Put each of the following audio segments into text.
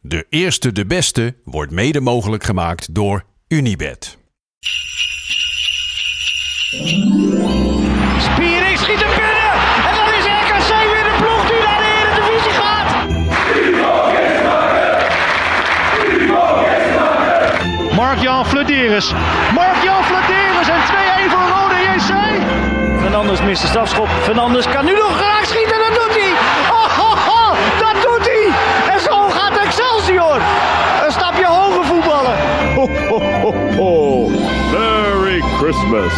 De eerste, de beste wordt mede mogelijk gemaakt door Unibed. Spiering schiet hem binnen. En dan is RKC weer de ploeg die naar de Eredivisie gaat. Mark-Jan Flederis. Mark-Jan Flederis en 2-1 voor Rode JC. Fernandes mist de stafschop. Fernandes kan nu nog graag schieten. Dat doet hij. Oh, oh, oh, dat doet hij. En zo gaat Excelsior. Een stapje hoger voetballen. ho, ho, ho, ho. Merry Christmas.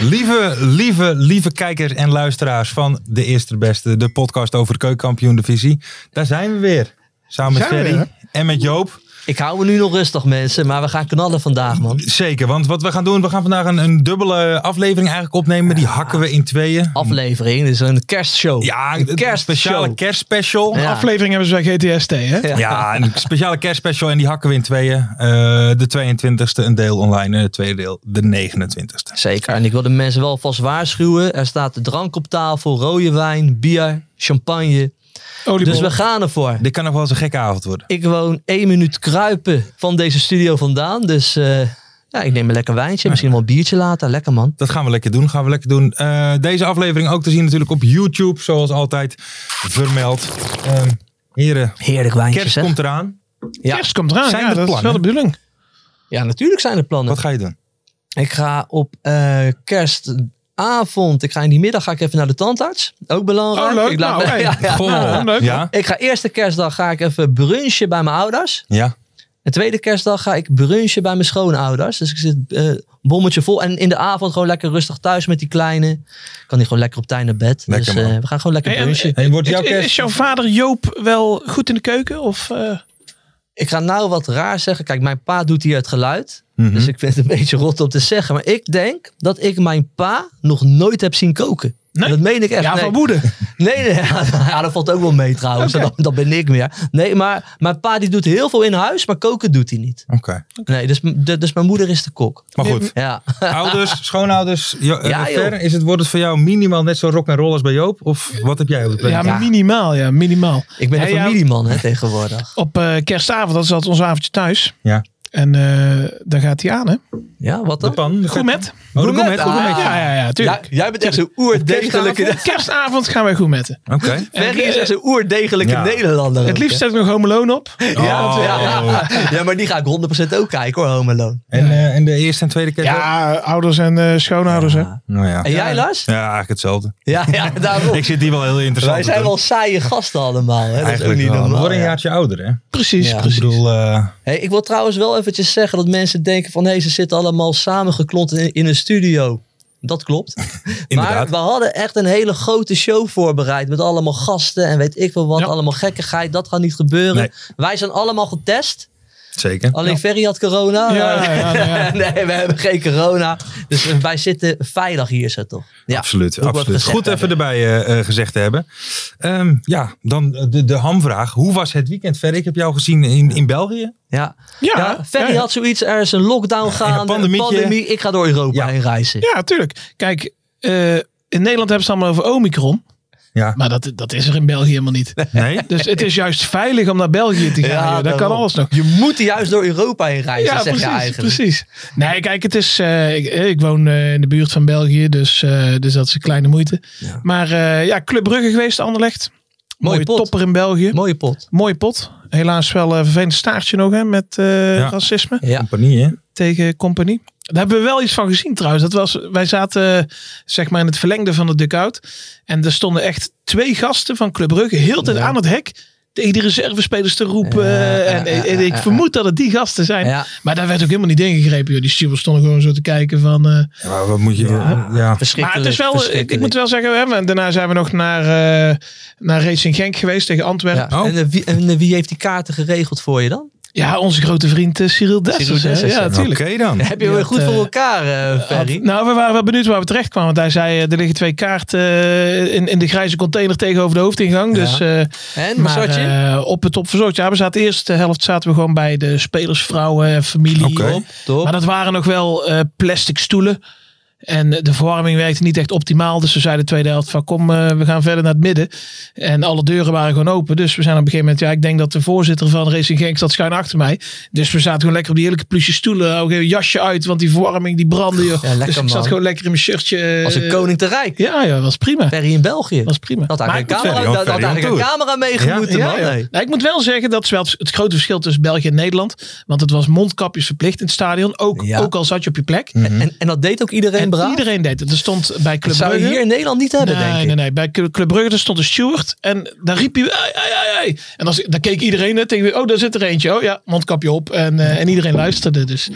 Lieve, lieve, lieve kijkers en luisteraars van De Eerste Beste, de podcast over de keukenkampioen divisie. Daar zijn we weer. Samen met Zijn we Ferry weer, en met Joop. Ik hou me nu nog rustig, mensen, maar we gaan knallen vandaag, man. Zeker, want wat we gaan doen, we gaan vandaag een, een dubbele aflevering eigenlijk opnemen. Die hakken we in tweeën. Aflevering, dus een kerstshow. ja, een een speciale kerstspeciale kerstspecial. Ja. aflevering hebben ze bij GTST, hè? Ja. Ja, een speciale kerstspecial en die hakken we in tweeën. Eh, de 22e een deel online en het tweede deel de 29e. Zeker, en ik wil de mensen wel vast waarschuwen. Er staat drank op tafel, rode wijn, bier, champagne. Oliebol. Dus we gaan ervoor. Dit kan nog wel eens een gekke avond worden. Ik woon één minuut kruipen van deze studio vandaan, dus eh, ja, ik neem een lekker wijntje, misschien wel een biertje later. Lekker, man. Dat gaan we lekker doen. Gaan we lekker doen. Eh, deze aflevering ook te zien natuurlijk op YouTube, zoals altijd vermeld. Ehm heren, Heerlijk wijntje, kerst zeg. komt eraan. Ja. Kerst komt eraan, Zijn ja, er dat is wel de plannen? bedoeling. ja, natuurlijk zijn er plannen. Wat ga je doen? Ik ga op eh, kerstavond, ik ga in die middag ga ik even naar de tandarts. Ook belangrijk. Oh, leuk. Ik laat Nou, me- hey. ja, ja. Goh. ja, Nou, leuk. Ja, Ik ga eerste kerstdag ga ik even brunchen bij mijn ouders. ja. En tweede kerstdag ga ik brunchen bij mijn schoonouders. Dus ik zit eh bommetje vol. En in de avond gewoon lekker rustig thuis met die kleine. Kan die gewoon lekker op tijd naar bed. Lekker, dus eh, man. we gaan gewoon lekker Hey, en- brunchen. Hey, wordt Is, jouw kerst... is jouw vader Joop wel goed in de keuken? Of, eh, Ik ga nou wat raar zeggen. Kijk, mijn pa doet hier het geluid. Mhm. Dus ik vind het een beetje rot om te zeggen. Maar ik denk dat ik mijn pa nog nooit heb zien koken. Nee? En Dat meen ik echt. ja, Nee. van woede. Nee, nee ja, dat valt ook wel mee trouwens. Dat, dat ben ik meer. Nee, maar mijn pa die doet heel veel in huis, maar koken doet hij niet. Oké. Nee, dus, de- dus mijn moeder is de kok. Maar goed, Ja, ouders, schoonouders, jo, eh, Ja, joh. Fer, is het, wordt het voor jou minimaal net zo rock and roll als bij Joop? Of wat heb jij op het plan? Ja, Ja. minimaal, ja, minimaal. ik ben een Hey, ja. familieman hè, tegenwoordig. Op eh, kerstavond, dat is altijd ons avondje thuis. Ja. En eh daar gaat hij aan, hè? Ja, wat De dan? pan. de Goed met. vet- Oh, de gourmet. Gourmet, gourmet. ah. Ja, ja, ja, tuurlijk. Ja, jij bent echt zo'n oerdegelijke, Kerstavond, kerstavond gaan wij goed metten. Oké. Ferry is echt zo'n oerdegelijke eh, Ja. Nederlander. Het ook, liefst hè. zet ik nog Home Alone op. Oh. Ja, maar die ga ik 100% ook kijken hoor, Home Alone. En, eh, en de eerste en tweede kerst? Ja, eh, ouders en eh, schoonouders, hè? Nou ja. En jij Lars? Ja, eigenlijk hetzelfde. Ja, ja, daarom. Ik zit die wel heel interessant. Wij te zijn doen. wel saaie gasten allemaal. Hè. Dat is ook Eigenlijk niet wel. We normaal. worden een ja. jaartje ouder, hè? Precies, Ja. precies. Ik bedoel, eh, Hey, ik wil trouwens wel eventjes zeggen dat mensen denken van... hé, ze zitten allemaal samengeklopt in, in een studio. Dat klopt. maar inderdaad. we hadden echt een hele grote show voorbereid... met allemaal gasten en weet ik veel wat. Ja. Allemaal gekkigheid, dat gaat niet gebeuren. Nee. Wij zijn allemaal getest. Zeker. Alleen Ferry had corona. Ja, ja, ja, ja. nee, we hebben geen corona. Dus wij zitten veilig hier zo toch? Ja. absoluut, moet ik wat absoluut. gezegd Goed even erbij eh, eh, gezegd te hebben. Ehm, ja, dan eh, de, de hamvraag. Hoe was het weekend, Ver? Ik heb jou gezien in, in België. Ja. Ja, ja, Ferry ja, ja. had zoiets, er is een lockdown gaande, een pandemietje. pandemie. Ik ga door Europa Ja. heen reizen. Ja, tuurlijk. Kijk, eh, in Nederland hebben ze het allemaal over Omicron. Ja. Maar dat, dat is er in België helemaal niet. Nee? Dus het is juist veilig om naar België te gaan. joh. dat kan daarom. alles nog. Je moet juist door Europa heen reizen, Ja, zeg precies, je eigenlijk. precies. Nee, kijk, het is, eh, ik, eh, ik woon eh, in de buurt van België, dus, eh, dus dat is een kleine moeite. Ja. Maar eh, ja, Club Brugge geweest, Anderlecht. Mooie Mooie pot. topper in België. Mooie pot. Mooie pot. Helaas wel een vervelend staartje nog hè, met eh, Ja. racisme Ja. Compagnie, hè? tegen compagnie. Daar hebben we wel iets van gezien trouwens. Dat was, wij zaten eh, zeg maar in het verlengde van de dugout. En er stonden echt twee gasten van Club Brugge heel de tijd Ja. aan het hek. tegen die reservespelers te roepen. Ja, eh, en, ja, ja, en ik ja, ja. vermoed dat het die gasten zijn. Ja. Maar daar werd ook helemaal niet ingegrepen. Joh. Die stewards stonden gewoon zo te kijken van... eh, Ja, maar wat moet je... Ja. maar het Verschrikkelijk. is wel, ik, ik verschrikkelijk. moet wel zeggen, we hebben, daarna zijn we nog naar, eh, naar Racing Genk geweest tegen Antwerpen. Ja. Oh. En, eh, wie, en eh, wie heeft die kaarten geregeld voor je dan? Ja, onze grote vriend eh, Cyril Dessers. hè? Dessers, ja, ja. Oké natuurlijk. dan. Heb je Die weer had, goed eh, voor elkaar, eh Ferry? Had- nou, we waren wel benieuwd waar we terecht kwamen. Want hij zei, eh, er liggen twee kaarten eh, in, in de grijze container tegenover de hoofdingang. Dus, eh, en, maar Massatje? eh, op het opverzorgd. Ja, we zaten de eerste helft zaten we gewoon bij de spelers, vrouwen, en familie. Oké. Top. Maar dat waren nog wel eh, plastic stoelen. En eh, de verwarming werkte niet echt optimaal. Dus we zeiden de tweede helft van kom, eh, we gaan verder naar het midden. En alle deuren waren gewoon open. Dus we zijn op een gegeven moment, ja, ik denk dat de voorzitter van Racing Genk zat schuin achter mij. Dus we zaten gewoon lekker op die heerlijke pluche stoelen. Ook een jasje uit, want die verwarming die brandde. Joh. Ja, lekker, dus ik zat man. gewoon lekker in mijn shirtje. eh, Als een koning te rijk. Ja, ja, was prima. Ferry in België. Was prima. Dat had Maar eigenlijk een ik moet camera, Ferry, dat, Ferry on had eigenlijk een tour. camera meegemoeten, Ja, man. ja. Hey. Nou, ik moet wel zeggen, dat is wel het het grote verschil tussen België en Nederland. Want het was mondkapjes verplicht in het stadion. Ook, Ja. Mm. ook al zat je op je plek. En, en dat deed ook iedereen Mhm. En braaf. iedereen deed het. Er stond bij dat Club zou je Brugge. hier in Nederland niet hebben, nee, denk ik. nee, nee. Bij Club Club Brugge er stond een steward en daar riep hij, "Ai, ai, ai, ai." En als, dan keek iedereen eh, tegen, oh daar zit er eentje. Oh ja, mondkapje op. En, eh, en iedereen luisterde dus.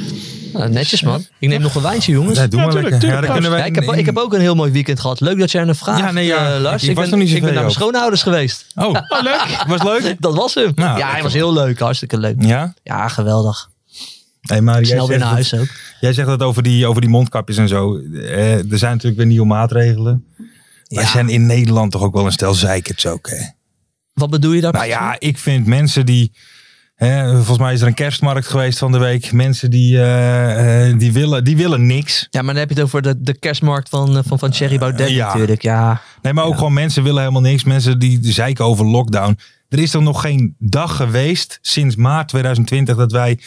Nou, netjes, man. Ik neem nog een wijntje, jongens. Ja, doe Ja, maar tuurlijk, lekker. tuurlijk, ja, dan kunnen Ja, wij ik, heb, ik heb ook een heel mooi weekend gehad. Leuk dat jij er vraagt, Ja, nee, ja. eh, Lars. Ik Ik, was ben, nog niet zoveel ik ben naar mijn over. schoonouders geweest. Oh, Oh leuk. was leuk? Dat was hem. Nou, ja, hij lekker. was heel leuk. Hartstikke leuk. Ja? Ja, geweldig. Hey, maar jij Snel weer zegt naar dat- huis ook. Jij zegt dat over die, over die mondkapjes en zo. Eh, er zijn natuurlijk weer nieuwe maatregelen. Wij Ja. zijn in Nederland toch ook wel een stel zeikerts ook. Hè? Wat bedoel je daar? Nou precies? ja, ik vind mensen die... Hè, volgens mij is er een kerstmarkt geweest van de week. Mensen die, eh, eh, die, willen, die willen niks. Ja, maar dan heb je het over de, de kerstmarkt van, eh, van, van Thierry Baudet Eh, ja. natuurlijk. Ja. Nee, maar ook gewoon mensen willen helemaal niks. Mensen die zeiken over lockdown. Er is dan nog geen dag geweest sinds maart 2020 dat wij...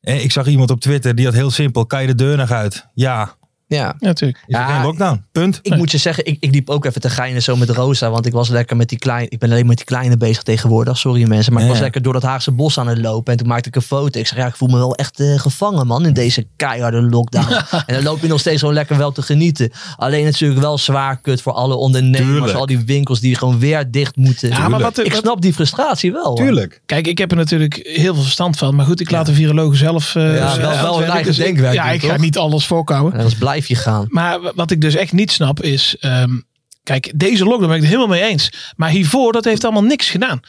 eh, ik zag iemand op Twitter, die had heel simpel. Kan je de deur nog uit? Ja. ja. Natuurlijk. Is er Ja, geen lockdown? Punt. Ik moet je zeggen, ik, ik liep ook even te geinen zo met Rosa. Want ik was lekker met die kleine. Ik ben alleen met die kleine bezig tegenwoordig. Sorry mensen. Maar ik Ja. was lekker door dat Haagse bos aan het lopen. En toen maakte ik een foto. Ik zei, ja, ik voel me wel echt eh, gevangen, man. In deze keiharde lockdown. en dan loop je nog steeds gewoon lekker wel te genieten. Alleen natuurlijk wel zwaar kut voor alle ondernemers. Tuurlijk. Al die winkels die gewoon weer dicht moeten. Ja, maar wat- ik wat- snap die frustratie wel. hoor. Tuurlijk. Kijk, ik heb er natuurlijk heel veel verstand van. Maar goed, ik laat de virologen zelf... eh, Ja, zelf wel- wel hun werken. eigen Dus ik- denkwerk Ja, doen, ik ga toch? niet alles voorkomen. En anders blijf je gaan. Maar w- wat ik dus echt niet snap is. ehm, kijk, deze lockdown ben ik het helemaal mee eens. Maar hiervoor, dat heeft allemaal niks gedaan.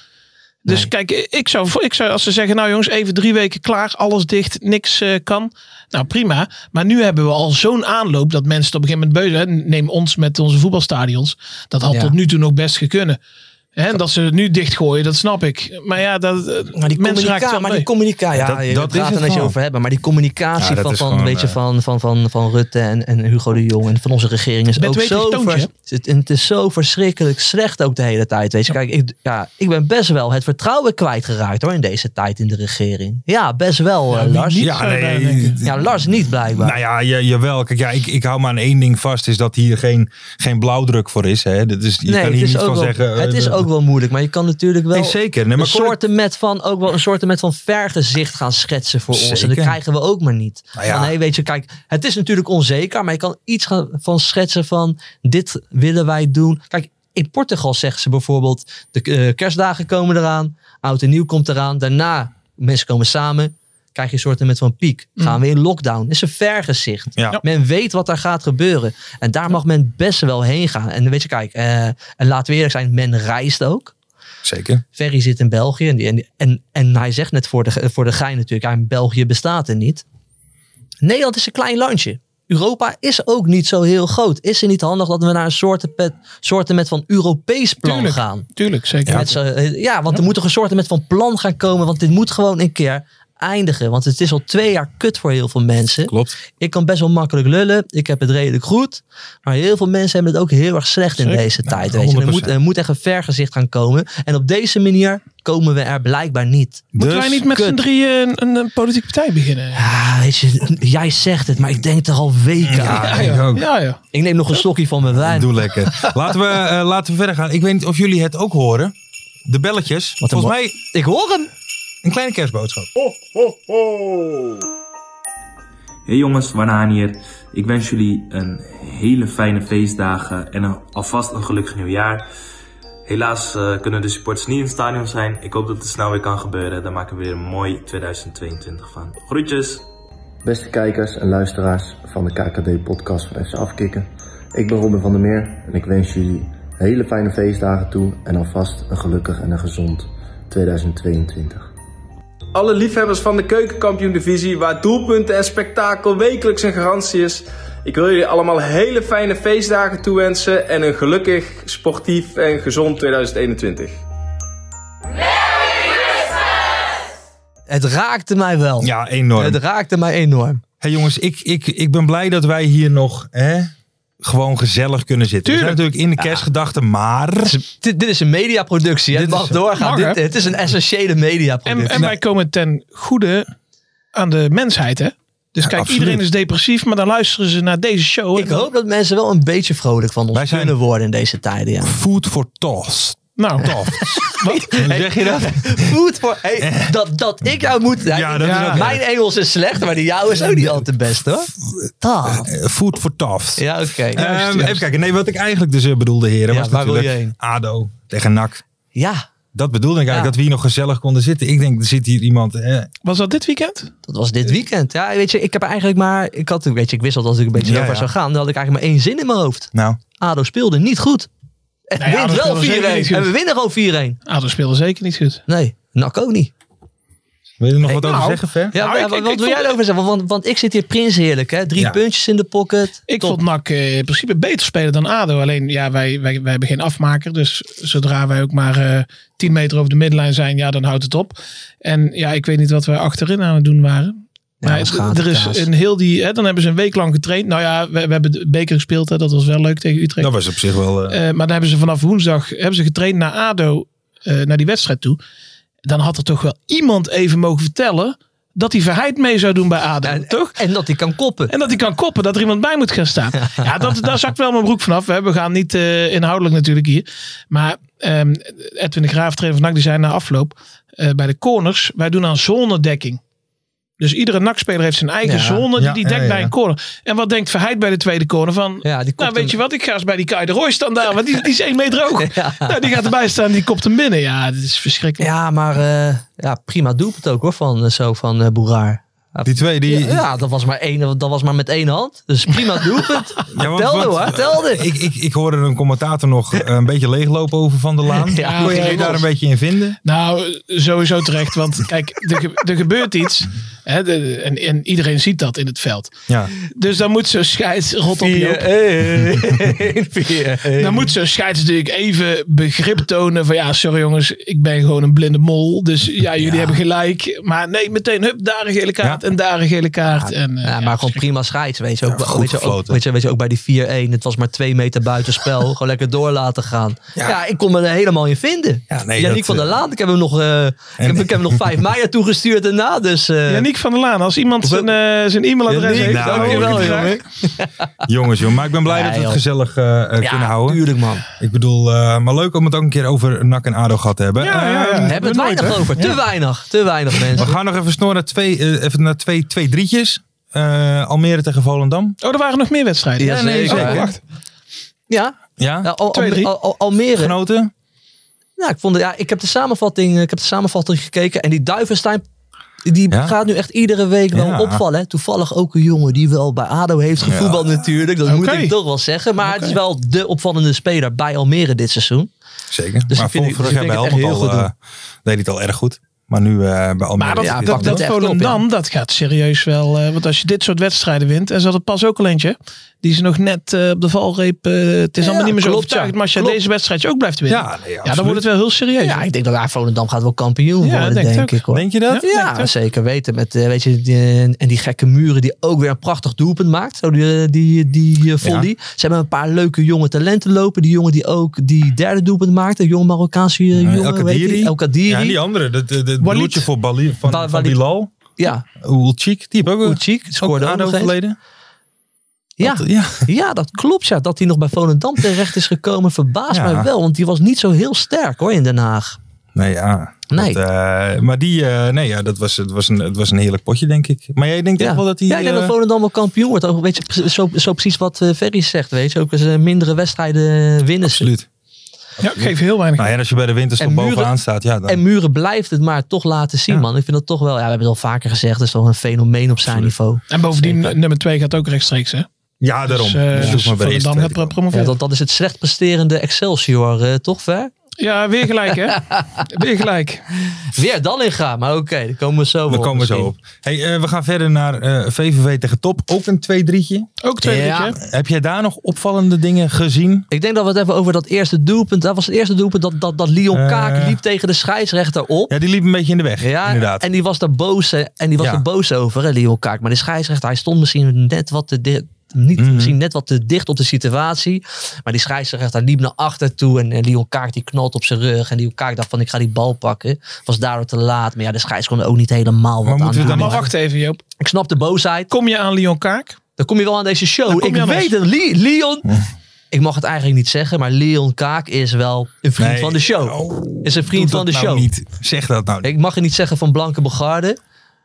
Dus Nee. kijk, ik zou, ik zou als ze zeggen, nou jongens, even drie weken klaar, alles dicht, niks eh, kan. Nou prima, maar nu hebben we al zo'n aanloop dat mensen het op een gegeven moment beu zijn. Hè, Neem ons met onze voetbalstadions. Dat had Ja. tot nu toe nog best gekunnen. Hè, en dat ze het nu dichtgooien, dat snap ik. Maar ja, dat, eh, Maar Nou, die mensen raken het communicatie, wel maar mee. die communicatie, ja, Ja, dat- je dat dat is gaat het er net gewoon. over hebben, maar die communicatie Ja, dat van, is van, gewoon, weet je, eh, van, van, van, van Rutte en, en Hugo de Jong en van onze regering is Met ook weet zo, ik toontje, vers- het, en het is zo verschrikkelijk slecht ook de hele tijd, weet je. Kijk, ik, ja, ik ben best wel het vertrouwen kwijtgeraakt hoor in deze tijd in de regering. Ja, best wel eh, wie Lars. niet? Ja, zou je daar nee. denken. Ja, Lars niet blijkbaar. Nou ja, ja, jawel. Kijk, ja, ik, ik hou maar aan één ding vast. Is dat hier geen, geen blauwdruk voor is. Hè? Dat is Dus je kan hier het, niet is ook van wel, zeggen... het eh, is ook wel moeilijk, maar je kan natuurlijk wel Nee, zeker. Nee, maar een kom ik- soort met van ook wel een soort met van vergezicht gaan schetsen voor ons. En Zeker. dat krijgen we ook maar niet. Nou ja. Van, hey, weet je, kijk, het is natuurlijk onzeker, maar je kan iets gaan van schetsen van dit willen wij doen. Kijk, in Portugal zeggen ze bijvoorbeeld de eh, kerstdagen komen eraan, oud en nieuw komt eraan, daarna mensen komen samen. Krijg je een soort met van piek. Mm. Gaan we in lockdown. is een vergezicht. Ja. Ja. Men weet wat daar gaat gebeuren. En daar mag men best wel heen gaan. En weet je, kijk, eh, en laten we eerlijk zijn, men reist ook. Zeker. Ferry zit in België en, die- en, en, en hij zegt net voor de, ge- voor de gein natuurlijk, ja, België bestaat er niet. Nederland is een klein landje. Europa is ook niet zo heel groot. Is het niet handig dat we naar een soorten, pet, soorten met van Europees plan Tuurlijk. gaan? Tuurlijk, zeker. Met zo- eh, ja, want er moet toch een soorten met van plan gaan komen, want dit moet gewoon een keer eindigen. Want het is al twee jaar kut voor heel veel mensen. Klopt. Ik kan best wel makkelijk lullen. Ik heb het redelijk goed. Maar heel veel mensen hebben het ook heel erg slecht in Zeker. deze tijd. Ja, Weet je. Er, moet, 100%. er moet echt een vergezicht gaan komen. En op deze manier komen we er blijkbaar niet. Moeten Dus- wij niet met z'n kut. drieën een, een, een politieke partij beginnen? Ja, Ah, weet je, jij zegt het, maar ik denk er al weken aan. Ja, ik ook. ja. ja. Ik neem nog een stokje van mijn wijn. Doe lekker. Laten we, eh, laten we verder gaan. Ik weet niet of jullie het ook horen. De belletjes. Wat een Volgens mij Ik hoor hem. een kleine kerstboodschap. Hey jongens, Wanaan hier. Ik wens jullie een hele fijne feestdagen en een, alvast een gelukkig nieuwjaar. Helaas eh, kunnen de supporters niet in het stadion zijn. Ik hoop dat het snel weer kan gebeuren. Daar maken we weer een mooi 2022 van. Groetjes! Beste kijkers en luisteraars van de KKD-podcast van FC Afkikken. Ik ben Robin van der Meer en ik wens jullie hele fijne feestdagen toe en alvast een gelukkig en een gezond 2022. Alle liefhebbers van de Keukenkampioen Divisie, waar doelpunten en spektakel wekelijks een garantie is. Ik wil jullie allemaal hele fijne feestdagen toewensen en een gelukkig, sportief en gezond 2021. Het raakte mij wel. Ja, enorm. Het raakte mij enorm. Hey jongens, ik, ik, ik ben blij dat wij hier nog hè, gewoon gezellig kunnen zitten. We zijn natuurlijk in de kerstgedachten, maar... Dit, dit is een mediaproductie. hè. Het Dit mag is- doorgaan. mag, hè? Dit, het is een essentiële En, mediaproductie. en wij komen ten goede aan de mensheid, hè? Dus kijk, absoluut. iedereen is depressief, maar dan luisteren ze naar deze show. Nou, ik hoop dat mensen wel een beetje vrolijk van ons Wij zijn- kunnen worden in deze tijden. Ja. Food for thoughts. Nou, Wat? Hoe zeg je dat? Eh. Goed voor. hey, dat, dat ik jou moet. Ja, Ja, dat is Ja. ook... Mijn Engels is slecht, maar die jou is ook niet altijd best hoor. Dat. eh, Food for thoughts. Ja, oké. Ehm, even kijken. Nee, wat ik eigenlijk dus eh, bedoelde, heren, Ja, was waar wil natuurlijk je heen? ADO tegen NAC. Ja, Dat bedoelde ik eigenlijk, Ja. dat we hier nog gezellig konden zitten. Ik denk, er zit hier iemand... eh, Was dat dit weekend? dat was dit weekend. Ja, weet je, ik heb eigenlijk maar. Ik, had, weet je, ik wist al dat ik een beetje Ja, over ja. zou gaan. Dan had ik eigenlijk maar één zin in mijn hoofd. nou, Ado speelde niet goed. En Nee, ADO wint wel 4-1. speelde zeker niet goed. En we winnen gewoon 4-1. Ado speelde zeker niet goed. Nee, NAC ook niet. wil je er nog wat over nou. zeggen, Ver? Ja, Nou, maar ik- wat ik- wat ik wil vond- jij erover zeggen? Want, want ik zit hier prins heerlijk, hè? Drie Ja. puntjes in de pocket. Ik Top. vond NAC eh, in principe beter spelen dan ADO. Alleen, ja, wij, wij, wij hebben geen afmaker. Dus zodra wij ook maar eh 10 meter over de middenlijn zijn, ja, dan houdt het op. En ja, ik weet niet wat wij achterin aan het doen waren. Ja, Maar dat het- gaat, er is kaas. een heel die... Hè, dan hebben ze een week lang getraind. Nou ja, we, we hebben de beker gespeeld. Hè, dat was wel leuk tegen Utrecht. Nou, Dat was op zich wel... eh, Eh, maar dan hebben ze vanaf woensdag hebben ze getraind naar ADO, eh, naar die wedstrijd toe. Dan had er toch wel iemand even mogen vertellen dat hij Verheid mee zou doen bij ADO, En, toch? en dat hij kan koppen. En dat hij kan koppen, dat er iemand bij moet gaan staan. Ja, dat, daar zak wel mijn broek vanaf. hè. We gaan niet eh, inhoudelijk natuurlijk hier. Maar ehm, Edwin de Graaf, trainer van NAC, die zei na afloop eh, bij de corners, wij doen aan zonedekking. Dus iedere NAC-speler heeft zijn eigen Ja, zone die ja, die dekt ja, ja, bij ja. een corner. En wat denkt Verheid bij de tweede corner van... Ja, die nou, kopt weet hem. je wat, ik ga eens bij die Kai de Roy staan daar, want die, die is één meter hoog. Ja. Nou, die gaat erbij staan, die kopt hem binnen. Ja, dat is verschrikkelijk. Ja, maar eh, ja, prima doelpunt ook hoor van eh, zo van eh, Boeraar. die twee, die... Ja, ja, dat was, maar één, dat was maar met één hand. Dus prima doelpunt. Ja, want- telde want- nou, hoor, telde. Ik, ik, ik hoorde een commentator nog eh, een beetje leeglopen over Van der Laan. Ja, Kon je ja, je los. daar een beetje in vinden? Nou, sowieso terecht. Want kijk, er, ge- er gebeurt iets. Hè, de- de- en, en iedereen ziet dat in het veld. Ja. Dus dan moet zo'n scheids... Rot op Joop. eh. 4-1. 4-1. Dan moet zo'n scheids natuurlijk even begrip tonen. Van ja, sorry jongens, ik ben gewoon een blinde mol. Dus ja, jullie hebben gelijk. Maar nee, meteen hup, daar een gele kaart en daar een gele kaart. en, eh, Ja, maar gewoon prima scheids. Weet je, ook, goed weet, je, ook, gefloten. weet, je, weet je, ook bij die 4-1. Het was maar twee meter buitenspel. gewoon lekker door laten gaan. Ja. ik kon me er helemaal in vinden. Ja, nee, Yannick dat, van der eh, Laan. Ik heb hem nog, eh, ik heb, ik heb hem nog 5 mei naartoe gestuurd daarna. Dus, eh, Yannick van der Laan, als iemand zijn, eh, zijn e-mailadres Yannick, heeft, nou, dan hoor ik Yannick, het nou, graag. Jongens, joh. Maar ik ben blij Ja, dat we het joh. gezellig eh, eh, ja, kunnen houden. Tuurlijk man. Ik bedoel, eh, maar leuk om het ook een keer over NAC en ADO gehad te hebben. Ja, ja, ja. Eh, We hebben het weinig over. Te weinig. Te weinig we mensen. gaan nog even snor naar twee, eh, even naar twee, twee drietjes. Eh, Almere tegen Volendam. Oh, er waren nog meer wedstrijden. Ja, nee, zeker. Oh, wacht. Ja. Ja, Ja, Al- Twee, drie. Al- Al- Almere. genoten. Ja, Nou, ik, vond, het- ja, ik, heb de samenvatting, eh, ik heb de samenvatting gekeken. En die Duivenstein die Ja. gaat nu echt iedere week wel Ja. opvallen. hè. Toevallig ook een jongen die wel bij ADO heeft gevoetbald natuurlijk. Dat moet Oké. ik toch wel zeggen. Maar het is wel de opvallende speler bij Almere dit seizoen. Zeker. Dus maar ik vind- vorig dus ik jaar vind bij het echt Helmond heel al, goed eh, doen. deed hij het al erg goed. Maar nu eh, bij Almere. Maar dat, Ja, is dat, dit pakt dat wel. het echt op, Volendam, dat gaat serieus wel. eh, want als je dit soort wedstrijden wint. En ze hadden pas ook al eentje. Die ze nog net eh, op de valreep. eh, het is Ja, allemaal niet meer zo klopt, overtuigend. ja, Maar als je klopt. deze wedstrijdje ook blijft winnen. Ja, nee, ja dan absoluut. wordt het wel heel serieus. Ja, ik denk dat daar Volendam gaat wel kampioen Ja, worden, denk denk, ik ook. ik. Hoor. Denk je dat? Ja. ja, denk ik. zeker weten. Met, eh, weet je, die- en die gekke muren die ook weer een prachtig doelpunt maakt. Zo die, die, die eh, volley. Ze hebben een paar leuke jonge talenten lopen. Die jongen die ook die derde doelpunt maakt. Een jong Marokkaanse eh, jongen. El weet je, Kadiri. El Kadiri. Ja, en die andere. Dat de, de Walid. broertje voor Bali, van, Wa- van Walid. Bilal. Ja, Ulchik. Die hebben ook een Oetjik scoorde ook ADO nog eens. verleden. Ja, Ja. ja, dat klopt. Ja. Dat hij nog bij Volendam terecht is gekomen verbaast Ja. mij wel. Want die was niet zo heel sterk hoor in Den Haag. Nee, ja. Nee. Dat, eh, maar die, eh, nee, ja, dat was, het, was een, het was een heerlijk potje, denk ik. Maar jij denkt Ja, echt wel dat hij... ja ik denk eh, dat Volendam wel kampioen wordt. Ook, weet je, pre- zo, zo precies wat eh, Ferry zegt. Weet je, ook eens eh, mindere wedstrijden winnen. ze. absoluut. Ja, ik geef heel weinig. Nou, en als je bij de winterstop En muren- bovenaan staat, ja, dan En Muren blijft het maar toch laten zien, Ja. man. Ik vind dat toch wel, ja, we hebben het al vaker gezegd, dat is toch een fenomeen op zijn niveau. En bovendien, nummer 2 gaat ook rechtstreeks, hè? ja, daarom. Dus, eh, Dus doe dus maar bij Van de Dam tweede komen. gaat pro- Ja, promoveren. dat, dat is het slecht presterende Excelsior, eh, toch, Ver? Ja, weer gelijk, hè? weer gelijk. Weer dan in gaan, maar oké, daar komen we zo We op komen zo misschien. op. Hey, eh, we gaan verder naar eh, VVV tegen Top. Ook een 2-3'tje. Ook twee Ja. keer. Heb jij daar nog opvallende dingen gezien? Ik denk dat we het even over dat eerste doelpunt. Dat was het eerste doelpunt dat, dat, dat Leon Eh. Kaak liep tegen de scheidsrechter op. Ja, die liep een beetje in de weg. Ja, inderdaad. en die was daar boos, eh, en die was Ja. er boos over, hè, Leon Kaak. Maar de scheidsrechter, hij stond misschien net wat te dicht. Niet, Mhm. Misschien net wat te dicht op de situatie. Maar die scheidsrechter liep naar achter toe. En, eh, Leon Kaak die knalt op zijn rug. En Leon Kaak dacht van ik ga die bal pakken. Was daardoor te laat. Maar ja, de scheids kon er ook niet helemaal wat Maar aan moeten we doen. dan Maar wacht even, Joop. Ik snap de boosheid. Kom je aan Lyon Kaak? Dan kom je wel aan deze Dan show. kom Ik je aan weet ons. het. Le- Leon. Ik mag het eigenlijk niet zeggen. Maar Leon Kaak is wel een vriend Nee. van de show. Oh, Is een doe vriend van de dat nou show. Niet. Zeg dat nou niet. Ik mag het niet zeggen van Blanke Bogarde.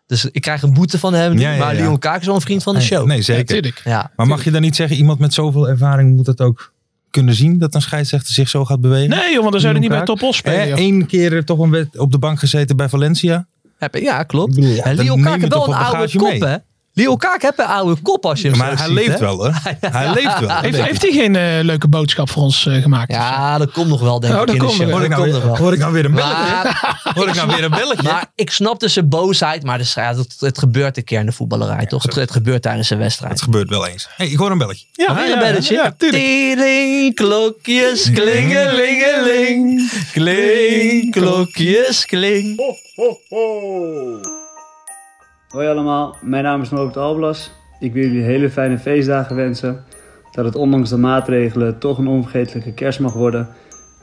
Dus ik krijg een boete van hem. nu, Ja, ja, Maar ja. Leon Kaak is wel een vriend van de Nee, show. Nee, zeker. Tuurlijk. Ja. maar mag je dan niet zeggen, iemand met zoveel ervaring moet dat ook kunnen zien? Dat een scheidsrechter zich zo gaat bewegen? Nee, joh, want dan zou je niet bij Lyon Kaak? Top Os Eh, spelen. joh. Eén keer toch een wet op de bank gezeten bij Valencia. Heb- ja, klopt. Ik bedoel, ja, en dan Leon neem Kaak je heeft toch wel een wat oude bagage kop, mee. hè? Leon Kaak heeft een oude kop als je hem zo Maar hij ziet, leeft hè? wel, hè? Hij leeft wel. denk Heeft, ik. heeft hij geen eh, leuke boodschap voor ons eh, gemaakt? Ja, dat komt nog wel, denk Oh, ik. dat in de komt show. nog Hoor ik, nou nog weer, wel. hoor ik nou weer een belletje? Maar, Hoor ik nou weer een belletje? maar ik snap dus zijn boosheid. Maar dus, ja, dat, het gebeurt een keer in de voetballerij, toch? Het, het gebeurt tijdens een wedstrijd. Het gebeurt wel eens. hey, ik hoor een belletje. Ah, ja, Weer een belletje. Ja, tuurlijk. Tiring, klokjes, klingelingeling. Kling, klokjes, kling. Oh. Hoi allemaal, mijn naam is Norbert Alblas. Ik wil jullie hele fijne feestdagen wensen. Dat het ondanks de maatregelen toch een onvergetelijke kerst mag worden.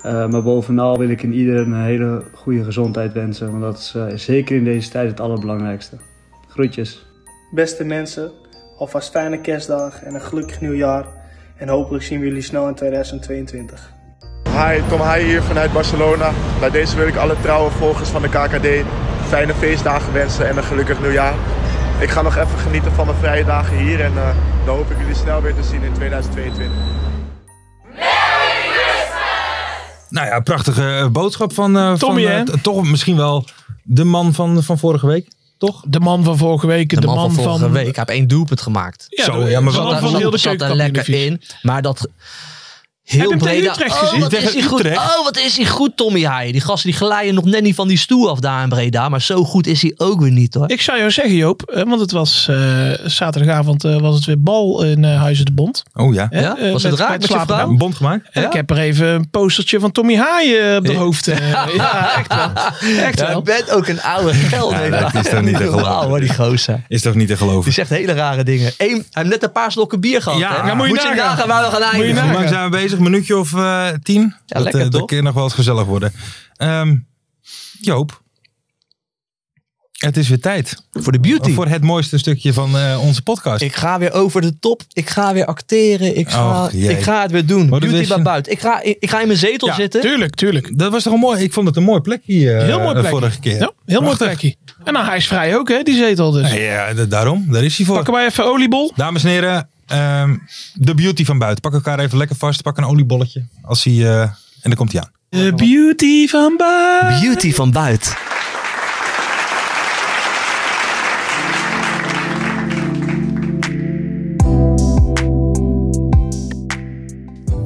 Eh, maar bovenal wil ik in iedereen een hele goede gezondheid wensen. Want dat is eh, zeker in deze tijd het allerbelangrijkste. Groetjes. Beste mensen, alvast fijne kerstdag en een gelukkig nieuwjaar. En hopelijk zien we jullie snel in 2022. Hi, Tom Hai hier vanuit Barcelona. Bij deze wil ik alle trouwe volgers van de KKD fijne feestdagen wensen en een gelukkig nieuwjaar. Ik ga nog even genieten van mijn vrije dagen hier en eh, dan hoop ik jullie snel weer te zien in 2022. Nou ja, prachtige eh, boodschap van, eh, Tommy, van eh, hè? t- toch misschien wel de man van, van vorige week, toch? De man van vorige week, de, De, man, van... vorige week. Hij heeft één doelpunt gemaakt. Ja, Zo, de, ja, maar de wel- man zat van daar, heel de zat daar lekker keukenkampioen-divisie. in. Maar dat Heb heel hem tegen breda. Utrecht Oh, gezien? wat Tegen is hij goed. Utrecht. Oh, wat is hij goed, Tommy Haaien. Die gasten die glijden nog net niet van die stoel af daar in Breda. Maar zo goed is hij ook weer niet hoor. Ik zou jou zeggen, Joop, eh, want het was eh, zaterdagavond eh, was het weer bal in eh, Huizen de Bond. Oh ja. Hè, Ja? eh, Was het raak met je slapen. vrouw? Ja, een bond gemaakt. En Ik heb er even een postertje van Tommy Haaien op de hoofd. eh, ja, echt wel. Echt Jij wel. bent ook een oude geld. Ja, dat is toch niet te geloven. Wauw, hoor, die gozer. Is toch niet te Die geloven? zegt hele rare dingen. Eén, hij heeft net een paar slokken bier gehad. Ja, hè? nou moet je je nagaan. nagaan waar we gaan eindigen. Hoe lang nagaan. zijn we bezig? Een minuutje of eh, tien? dat, lekker, eh, dat toch? kan nog wel eens gezellig worden. Ehm, Joop, het is weer tijd Voor de beauty. voor het mooiste stukje van eh, onze podcast. Ik ga weer over de top. Ik ga weer acteren. Ik ga, Och, jee. ik ga het weer doen. Wat Beauty is- bij buiten. Ik ga, ik, ik ga in mijn zetel Ja, zitten. Tuurlijk, tuurlijk. Dat was toch een mooi, ik vond het een mooi plekje eh, Heel mooi plekje. vorige keer. Ja, Nou, heel mooi Prachtig. plekje. En nou, hij is vrij ook, hè, die zetel dus. Nou Ja, d- daarom, daar is hij voor. Pakken wij even oliebol. Dames en heren, ehm, de beauty van buiten. Pak elkaar even lekker vast. Pak een oliebolletje. Als hij, eh, en dan komt hij aan. De beauty van buiten. Beauty van buiten.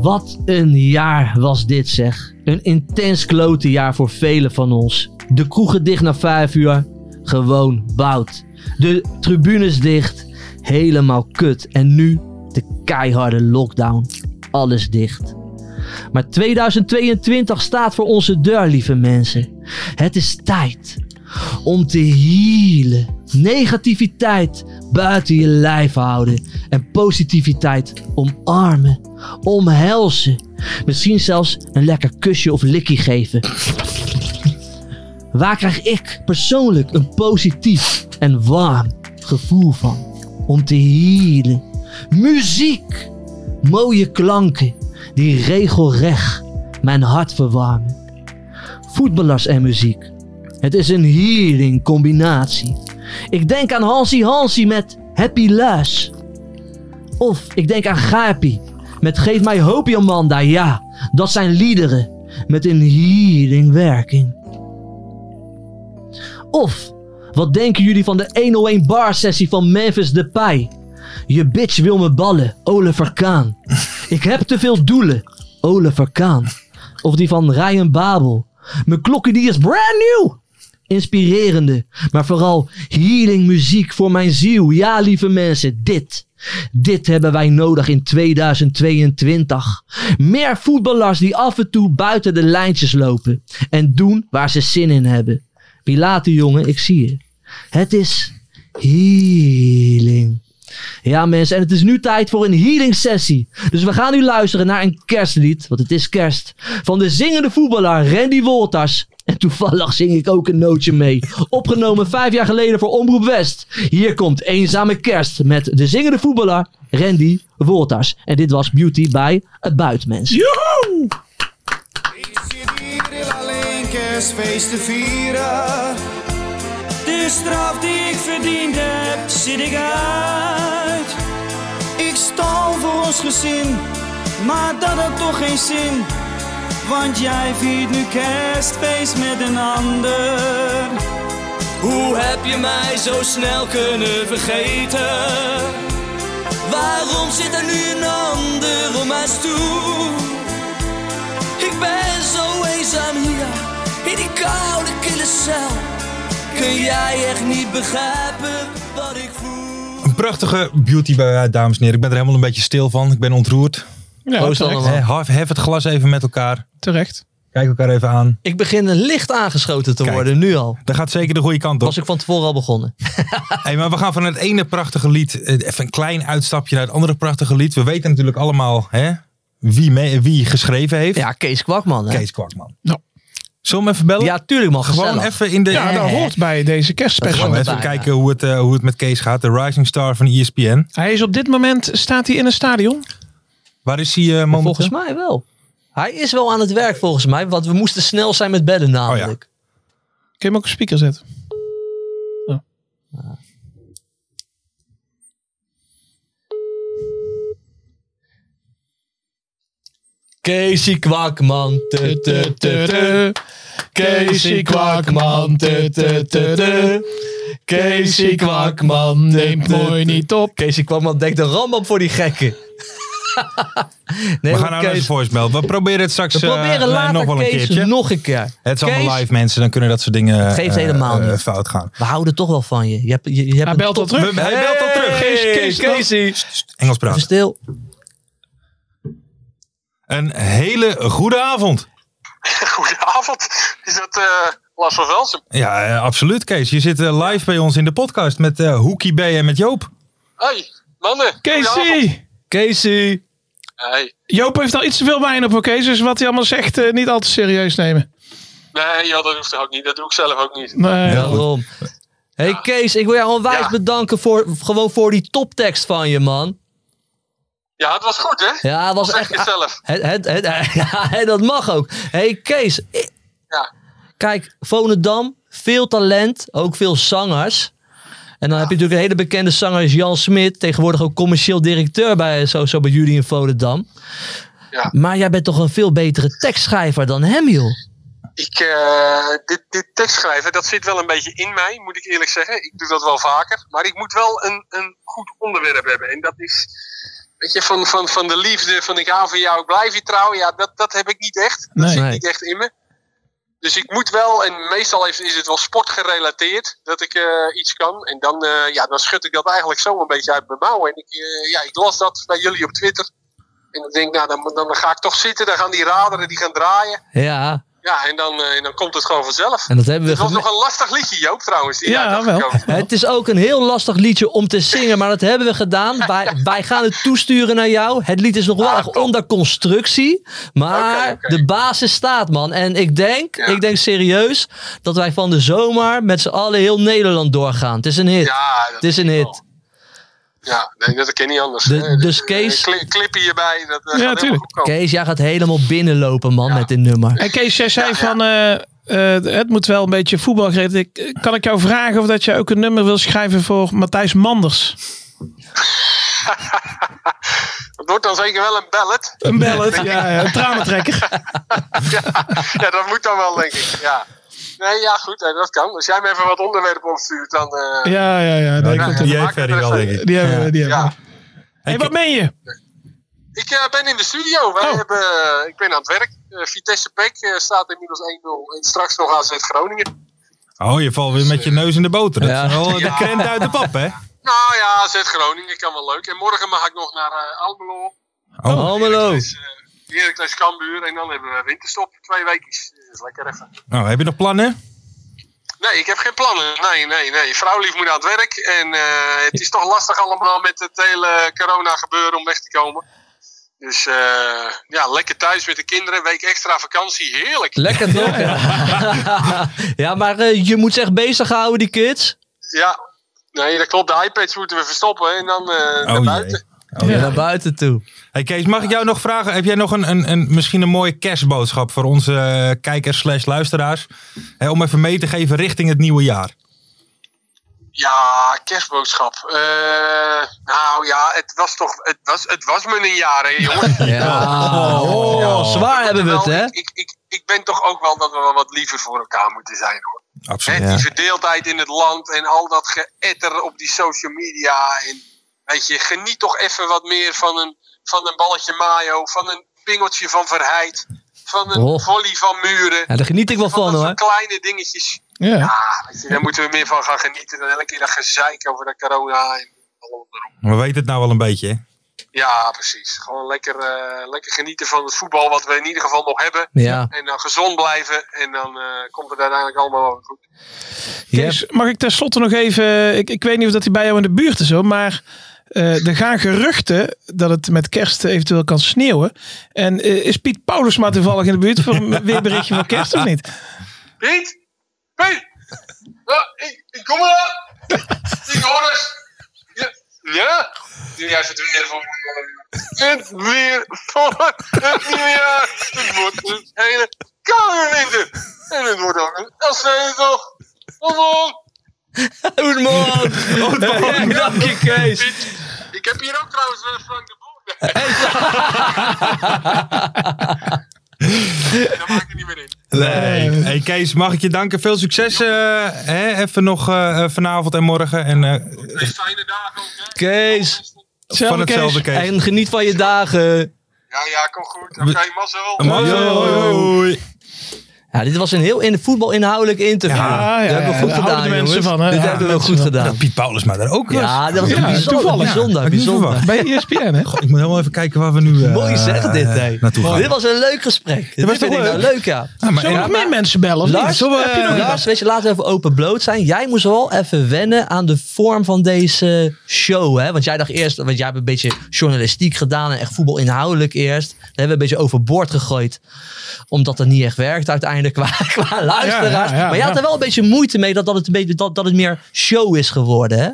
Wat een jaar was dit zeg. Een intens klote jaar voor velen van ons. De kroegen dicht na vijf uur. Gewoon bout. De tribunes dicht. Helemaal kut. En nu de keiharde lockdown. Alles dicht. Maar 2022 staat voor onze deur, lieve mensen. Het is tijd om te healen. Negativiteit buiten je lijf houden. En positiviteit omarmen. Omhelzen. Misschien zelfs een lekker kusje of likkie geven. Waar krijg ik persoonlijk een positief en warm gevoel van? Om te healen. Muziek. Mooie klanken die regelrecht mijn hart verwarmen. Voetballers en muziek. Het is een healing combinatie. Ik denk aan Hansi Hansi met Happy Luis. Of ik denk aan Gapi met Geef mij hoop, Jomanda. Ja, dat zijn liederen met een healing werking. Of, wat denken jullie van de 101 bar sessie van Memphis Depay? Je bitch wil me ballen, Oliver Kaan. Ik heb te veel doelen, Oliver Kaan. Of die van Ryan Babel. Mijn klokken die is brand new. Inspirerende, maar vooral healing muziek voor mijn ziel. Ja, lieve mensen, dit. Dit hebben wij nodig in 2022. Meer voetballers die af en toe buiten de lijntjes lopen en doen waar ze zin in hebben. Pilaten, jongen, ik zie je. Het is healing. Ja, mensen, en het is nu tijd voor een healing sessie. Dus we gaan nu luisteren naar een kerstlied, want het is kerst, van de zingende voetballer Randy Wolters. En toevallig zing ik ook een nootje mee. Opgenomen vijf jaar geleden voor Omroep West. Hier komt Eenzame Kerst met de zingende voetballer Randy Wolters. En dit was Beauty bij het Buitenmens. Joehoe! alleen kerstfeest te vieren. De straf die ik verdiend heb, zit ik uit. Ik stal voor ons gezin, maar dat had toch geen zin. Want jij viert nu kerstfeest met een ander. Hoe heb je mij zo snel kunnen vergeten? Waarom zit er nu een ander om mijn stoel? Ik ben zo eenzaam hier, in die koude kille cel. Kun jij echt niet begrijpen wat ik voel? Een prachtige beauty bij haar, dames en heren. Ik ben er helemaal een beetje stil van. Ik ben ontroerd. Ja, Proost terecht. allemaal. Hè, hef- Hef het glas even met elkaar. Terecht. Kijk elkaar even aan. Ik begin licht aangeschoten te worden, nu al. Dat gaat zeker de goede kant op. Was ik van tevoren al begonnen. Hey, maar we gaan van het ene prachtige lied, eh, even een klein uitstapje naar het andere prachtige lied. We weten natuurlijk allemaal hè, wie, me- wie geschreven heeft. Ja, Kees Kwakman. Hè? Kees Kwakman. Nou. Zullen we hem even bellen? Ja, tuurlijk man, Gewoon gezellig. even in de... Ja, dat hoort bij deze Gaan kerstspecial. we hoort even erbij, kijken hoe het, eh, hoe het met Kees gaat. De Rising Star van E ESPN. Hij is op dit moment, staat hij in een stadion? Waar is hij eh, momenteel? Volgens mij wel. Hij is wel aan het werk volgens mij, want we moesten snel zijn met bedden namelijk. Kun je hem ook op speaker zetten? Oh. Casey Kwakman. tu, tu, tu, tu. Casey Kwakman. tu, tu, tu, tu. Casey Kwakman neemt mooi niet op. Casey Kwakman denkt de rambam voor die gekken. nee, We maar gaan nou naar de Kees, voicemail. We proberen het straks we eh, proberen eh, later nog wel een Kees keertje. nog een keer. Het is allemaal Kees, live mensen, dan kunnen dat soort dingen Het geeft eh, helemaal eh, niet. fout gaan. We houden toch wel van je. je, hebt, je, je hebt Hij een belt al top- terug. Hij belt al terug. Hey, Kees, Kees, Engels Even praten. stil. Een hele goede avond. Goedenavond. Is dat eh Lars van Velsen? Ja, eh, absoluut Kees. Je zit eh, live bij ons in de podcast met eh Hoekie B en met Joop. Hey, mannen. goedenavond. Casey! Casey. Hey. Joop heeft al iets te veel wijn op, oké? Dus wat hij allemaal zegt, eh, niet al te serieus nemen. Nee, joh, dat hoeft ook niet. Dat doe ik zelf ook niet. Nee. Ja. goed. Daarom. hey Kees, ik wil jou onwijs Ja. bedanken voor, gewoon voor die toptekst van je, man. Ja, het was goed, hè? Ja, het was Zeg echt... Ah, je zelf. Het, het, het, ja, dat mag ook. hey Kees. ik- Ja. Kijk, Vonendam, veel talent, ook veel zangers. En dan heb je natuurlijk een hele bekende zanger is Jan Smit. Tegenwoordig ook commercieel directeur bij, zo, zo bij jullie in Volendam. Ja. Maar jij bent toch een veel betere tekstschrijver dan hem, joh. Ik, eh, dit, dit tekstschrijven, dat zit wel een beetje in mij, moet ik eerlijk zeggen. Ik doe dat wel vaker. Maar ik moet wel een, een goed onderwerp hebben. En dat is, weet je, van, van, van de liefde, van ik hou van jou, ik blijf je trouw. Ja, dat, dat heb ik niet echt. Dat Nee. zit Nee. niet echt in me. Dus ik moet wel, en meestal is, is het wel sportgerelateerd, dat ik eh, iets kan. En dan, eh, ja, dan schud ik dat eigenlijk zo een beetje uit mijn mouwen. En ik, eh, ja, ik las dat bij jullie op Twitter. En dan denk ik, nou, dan, dan ga ik toch zitten. Dan gaan die raderen, die gaan draaien. Ja, Ja, en dan, eh, en dan komt het gewoon vanzelf. en dat hebben we oh. Het was gemerkt. nog een lastig liedje, Joop, trouwens. Die Ja, jij had wel. gekozen. Het is ook een heel lastig liedje om te zingen, maar dat hebben we gedaan. Wij, wij gaan het toesturen naar jou. Het lied is nog wel Ah, erg top. onder constructie, maar Oké, oké. de basis staat, man. En ik denk, Ja. ik denk serieus, dat wij van de zomer met z'n allen heel Nederland doorgaan. Het is een hit. Ja, dat het is een wel. hit. Ja, nee, dat kan niet anders. De- Eh, dus eh, Kees- cli- clippen hierbij, dat eh, Ja, gaat helemaal tuurlijk. goed komen. Kees, jij gaat helemaal binnenlopen, man, met dit nummer. En Kees, jij zei Ja, ja. van, eh, eh, het moet wel een beetje voetbalgerelateerd. Ik- Kan ik jou vragen of dat jij ook een nummer wil schrijven voor Matthijs Manders? Dat wordt dan zeker wel een ballet. Een ballet, Denk ik. ja, ja, een tranentrekker. ja, ja, dat moet dan wel, denk ik. Ja. Nee, ja, goed, eh, dat kan. Als jij me even wat onderwerpen opstuurt, dan. eh, Ja, ja, ja. dan nee, maken klopt. we Die er heeft een Ferry wel, denk ik. Die hebben we, die hebben we. Hé, wat meen je? Ik eh, ben in de studio. Wij hebben, eh, ik ben aan het werk. Eh, Vitesse Beek eh, staat inmiddels 1-0. En straks nog AZ Groningen. Oh, je valt weer met je neus in de boter. Dat is wel de krent uit de pap, hè? Nou ja, AZ Groningen kan wel leuk. En morgen mag ik nog naar eh Almelo. Oh, Almelo. Heracles Cambuur. En dan hebben we winterstop. Twee weekjes. Dus dat is lekker even. Nou, heb je nog plannen? Nee, ik heb geen plannen. Nee, nee, nee. Vrouwlief moet aan het werk. En eh, het is toch lastig allemaal met het hele corona gebeuren om weg te komen. Dus eh, ja, lekker thuis met de kinderen. Week extra vakantie. Heerlijk. Lekker toch? Ja, maar eh, je moet ze echt bezig houden, die kids. Ja. Nee, dat klopt. De iPads moeten we verstoppen. En dan eh, Oh, naar buiten. ja. naar buiten toe. Hey Kees, mag ik jou nog vragen? Heb jij nog een, een, een misschien een mooie kerstboodschap voor onze eh, kijkers slash luisteraars? Hè, om even mee te geven richting het nieuwe jaar. Ja, kerstboodschap. Eh, nou ja, het was toch. Het was, het was me een jaar, hè, jongens. Ja. Oh, zwaar hebben we het, hè? Ik ben toch ook wel dat we wel wat liever voor elkaar moeten zijn, hoor. Absoluut. Hè, Die verdeeldheid in het land en al dat geëtter op die social media. En, weet je, geniet toch even wat meer van een, van een balletje mayo, van een pingeltje van Verheid, van een Oh. volley van Muren. Ja, daar geniet ik wel van, dat hoor. soort kleine dingetjes. Ah, Ja. weet je, daar moeten we meer van gaan genieten dan elke keer dat gezeik over de corona. En al erop. We weten het nou wel een beetje. Hè? ja, precies. Gewoon lekker, eh, lekker genieten van het voetbal wat we in ieder geval nog hebben. Ja. En dan gezond blijven. En dan eh, komt het uiteindelijk allemaal wel goed. Kees, mag ik tenslotte nog even. eh, Ik, ik weet niet of dat hij bij jou in de buurt is hoor, maar eh, er gaan geruchten dat het met kerst eventueel kan sneeuwen. En eh, is Piet Paulus maar toevallig in de buurt voor een weerberichtje van kerst of niet? Piet! Piet! Ja, ik, ik kom eraan! Ik hoor het! Ja? ja? Nu juist het weer voor het weer voor het nieuwe jaar. Het wordt een hele koude winter. En het wordt ook een afsnijdag. Goedemorgen. Goedemorgen. Goedemorgen. Dank je, Kees. Ik heb hier ook trouwens eh, Frank de Boer. Nee. Hey Kees, mag ik je danken? Veel succes eh, hè? even nog eh, vanavond en morgen. En, eh, Kees. Van hetzelfde Kees. En geniet van je dagen. Ja, ja, kom goed. Oké, mazzel. Ja, dit was een heel in voetbalinhoudelijk interview. Ja, ja, dat hebben we ja, goed daar gedaan, houden de mensen jongens. van, hè? Dit Ja, hebben we mensen goed van. gedaan. Dat Piet Paulus maar daar ook was. Ja, dat was een bijzonder, bijzonder, Had ik niet bijzonder. verwacht. Bij E ESPN, hè? Goh, ik moet helemaal even kijken waar we nu eh, Mooi zeg dit, hè. naartoe gaan. Dit was een leuk gesprek. was Dit was vind toch ik nou leuk? leuk, ja. Ja, maar- Zullen we nog meer mensen bellen of niet? Lars, Zullen we- heb je nog eh, Lars, weet je, laten we even openbloot zijn. Jij moest wel even wennen aan de vorm van deze show. Hè? Want jij dacht eerst, want jij hebt een beetje journalistiek gedaan en echt voetbal inhoudelijk eerst. Dat hebben we een beetje overboord gegooid. Omdat dat niet echt werkt uiteindelijk qua, qua luisteraars. Ja, ja, ja, maar jij had ja. er wel een beetje moeite mee dat, dat, het, een beetje, dat, dat het meer show is geworden, hè?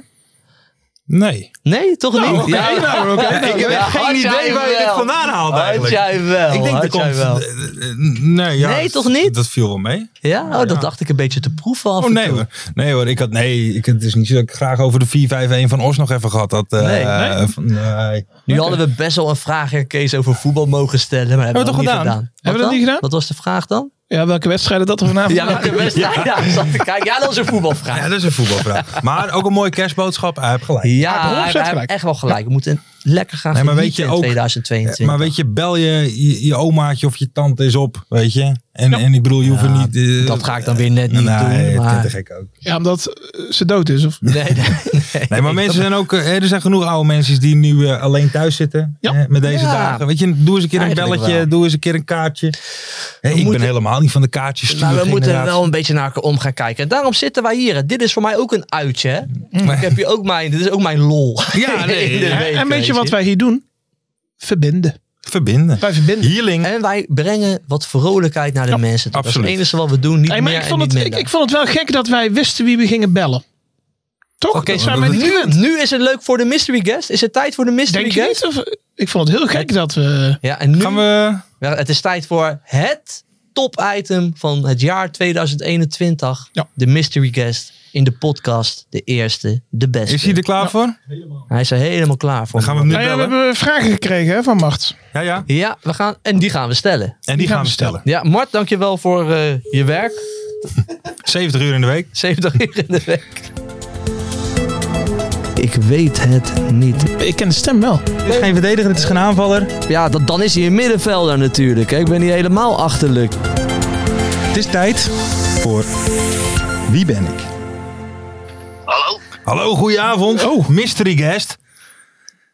Nee. Nee, toch Nou, niet? oké, nou, oké, nou. Ik heb echt geen had idee jij waar je dit wel. Oh, vandaan haalt Had eigenlijk. jij wel. Ik denk had dat jij komt. wel. eh, eh, nee, ja, Nee, toch niet? Dat viel wel mee. Ja, oh, dat dacht ik een beetje te proeven af Oh en nee toe. hoor. Nee hoor, ik had, nee, ik, het is niet zo dat ik graag over de 4-5-1 van Os nog even gehad had. eh, Nee, nee. van- nee. Nu hadden we best wel een vraag aan Kees over voetbal mogen stellen. Maar hebben we toch Hebben we niet toch gedaan? gedaan? Wat Hebben we dat dan? niet gedaan? Wat was de vraag dan? Ja, welke wedstrijden dat er vanavond Ja, welke wedstrijd? Ja, ik zat te kijken. Ja, dat is een voetbalvraag. Ja, dat is een voetbalvraag. maar ook een mooie kerstboodschap. Hij heeft gelijk. Ja, Hij hij, heeft hij heeft gelijk. echt wel gelijk. We moeten lekker gaan Nee, maar genieten weet je in ook- 2022. Maar weet je, bel je, je je omaatje of je tante is op, weet je. En, en ik bedoel, je hoeft er Ja, niet... eh, dat ga ik dan weer net niet nee, doen, het is maar- te gek ook. Ja, omdat eh, ze dood is. Of? Nee, nee. Nee, maar mensen zijn ook, eh, er zijn genoeg oude mensen die nu eh, alleen thuis zitten Ja. eh, met deze Ja. dagen. Weet je, doe eens een keer een Eigenlijk belletje, wel. doe eens een keer een kaartje. Hé, ik moeten- ben helemaal niet van de kaartjes sturen. Maar we moeten generatie. wel een beetje naar elkaar om gaan kijken. En daarom zitten wij hier. Dit is voor mij ook een uitje. hè. Ik heb hier ook mijn, dit is ook mijn lol. Ja, nee, In de ja. week, en weet je wat wij hier doen? Verbinden. verbinden. Wij verbinden. Healing. En wij brengen wat vrolijkheid naar de mensen. toe. Dat is het Hm. absoluut. enige wat we doen. Niet Hey, maar meer ik vond, en het, niet ik, minder. ik vond het wel gek dat wij wisten wie we gingen bellen. Toch? Oké, dat zijn maar wij niet gewend. nu, nu is het leuk voor de mystery guest. Is het tijd voor de mystery Denk je guest? niet? Of, eh, ik vond het heel gek dat we... Ja, en nu Gaan we... Ja, het is tijd voor het top item van het jaar 2021. Ja. De mystery guest. in de podcast de eerste, de beste. Is hij er klaar voor? Hij is er helemaal klaar voor. Dan gaan we hem nu Nou ja, we bellen. hebben vragen gekregen hè, van Mart. Ja, ja. Ja, we gaan, en die gaan we stellen. En die gaan we stellen. Ja, Mart, dankjewel voor eh, je werk. 70 uur in de week. 70 uur in de week. Ik weet het niet. Ik ken de stem wel. Dit is geen verdediger, dit is geen aanvaller. Ja, dat, dan is hij een middenvelder natuurlijk. Hè. Ik ben niet helemaal achterlijk. Het is tijd voor Wie ben ik? Hallo, Hallo, goedenavond. Oh, mystery guest.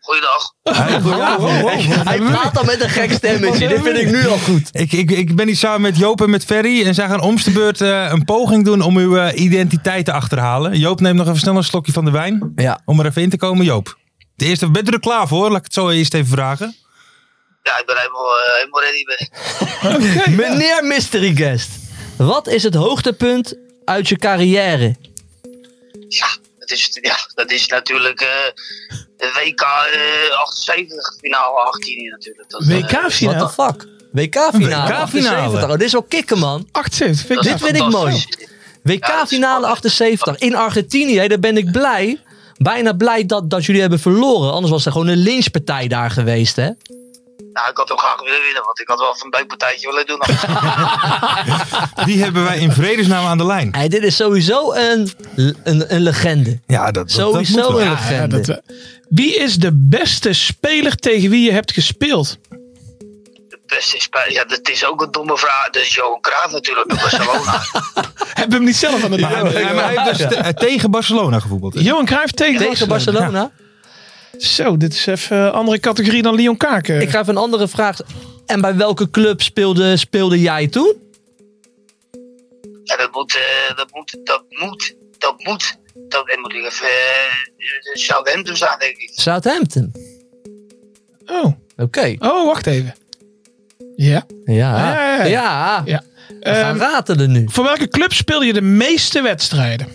goeiedag. Hey, goedenavond. Hij praat al met een gek stemmetje. Dit vind ik nu al goed. Ik, ik, ik ben hier samen met Joop en met Ferry en zij gaan om de beurt eh, een poging doen om uw eh, identiteit te achterhalen. Joop neemt nog even snel een slokje van de wijn Ja. om er even in te komen. Joop, de eerste, bent u er klaar voor? Laat ik het zo eerst even vragen. Ja, ik ben helemaal, eh, helemaal ready. Ben ik. Meneer Mystery Guest. Wat is het hoogtepunt uit je carrière? Ja, dat is, ja, dat is natuurlijk eh het WK eh 78, finale 18 natuurlijk. Dat, eh, WK-finale. What the fuck? WK-finale. WK-finale. 78. Oh, dit is wel kicken, man. 78 vind ik Dit dat. vind ik mooi. WK-finale 78 in Argentinië. hè, Daar ben ik blij. Bijna blij dat, dat jullie hebben verloren. Anders was er gewoon een lynchpartij daar geweest, hè? nou, ik had hem graag willen winnen, want ik had wel een buikpartijtje willen doen. Die hebben wij in vredesnaam aan de lijn. Hey, dit is sowieso een, een, een legende. Ja, dat, dat, dat Sowieso moet wel. een Ja, ja, legende. dat, eh, wie is de beste speler tegen wie je hebt gespeeld? De beste speler. Ja, dat is ook een domme vraag. Dat is Johan Cruijff natuurlijk bij Barcelona. Hebben we hem niet zelf aan de naam? Maar hij- maar hij heeft dus te- eh, tegen Barcelona gevoetbald. hè? Johan Cruijff tegen, Tegen Barcelona? Zo, dit is even een andere categorie dan Leon Kaken. Ik ga even een andere vraag. En bij welke club speelde, speelde jij toen? Ja, dat moet, eh, dat moet, dat moet, dat moet. Dat en moet ik even uh, Southampton zijn, denk ik. Southampton. Oh, Oké. oh, wacht even. Ja. Ja. Ja, Ja. ja, ja. Ja. We gaan Ehm, ratelen nu. voor welke club speel je de meeste wedstrijden?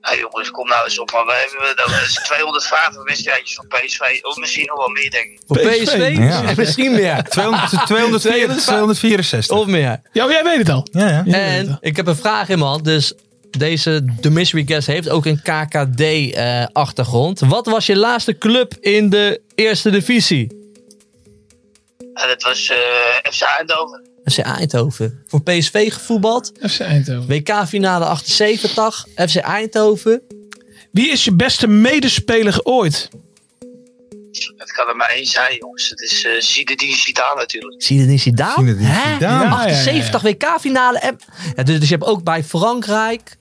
Hé jongens, kom nou eens op, man. We hebben dat is 250 wedstrijdjes van PSV. Of misschien nog wel meer, denk ik. Voor PSV? PSV? Ja. En misschien meer. 200, 204, 264. Of meer. Ja, jij weet het al. Ja, ja. En ik heb een vraag in mijn hand. Dus deze The Mystery Guest heeft ook een KKD-achtergrond. eh, Wat was je laatste club in de eerste divisie? En dat was eh FC Eindhoven. FC Eindhoven. Voor PSV gevoetbald. FC Eindhoven. WK-finale 78. FC Eindhoven. Wie is je beste medespeler ooit? Het kan er maar één zijn, jongens. Het is eh Zinedine Zidane natuurlijk. Zinedine Zidane? Zinedine Hè? Zidane. Ja, 78 WK-finale. En- Ja, dus, dus je hebt ook bij Frankrijk,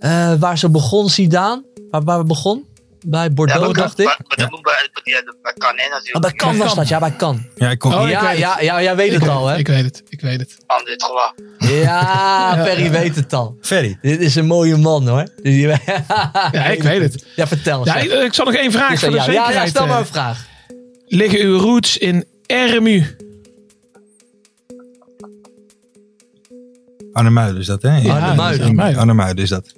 eh, waar ze begon, Zidane. Waar, waar we begon? Bij Bordeaux, maar, dacht maar, ik. maar, dat moet bij, ja, dat- bij Canet Oh, natuurlijk. bij Kan was dat, ja, bij Kan. Ja, ik kon, Oh, ik ja, weet het. ja, ja, jij weet Ik het weet al, hè? Ik weet het, ik weet het. Aan dit geval. Ja, Perry weet het al. Ferry. Dit is een mooie man, hoor. Die- Ja, ik weet het. Ja, vertel eens. Ja, ik, ik zal nog één vraag Dit is voor aan de jou. ja, zekerheid. ja, stel eh, maar een vraag. Liggen uw roots in RMU? Arne Muiden is dat, hè? Ja, Arne dat is- Muiden. Arne Muiden is dat.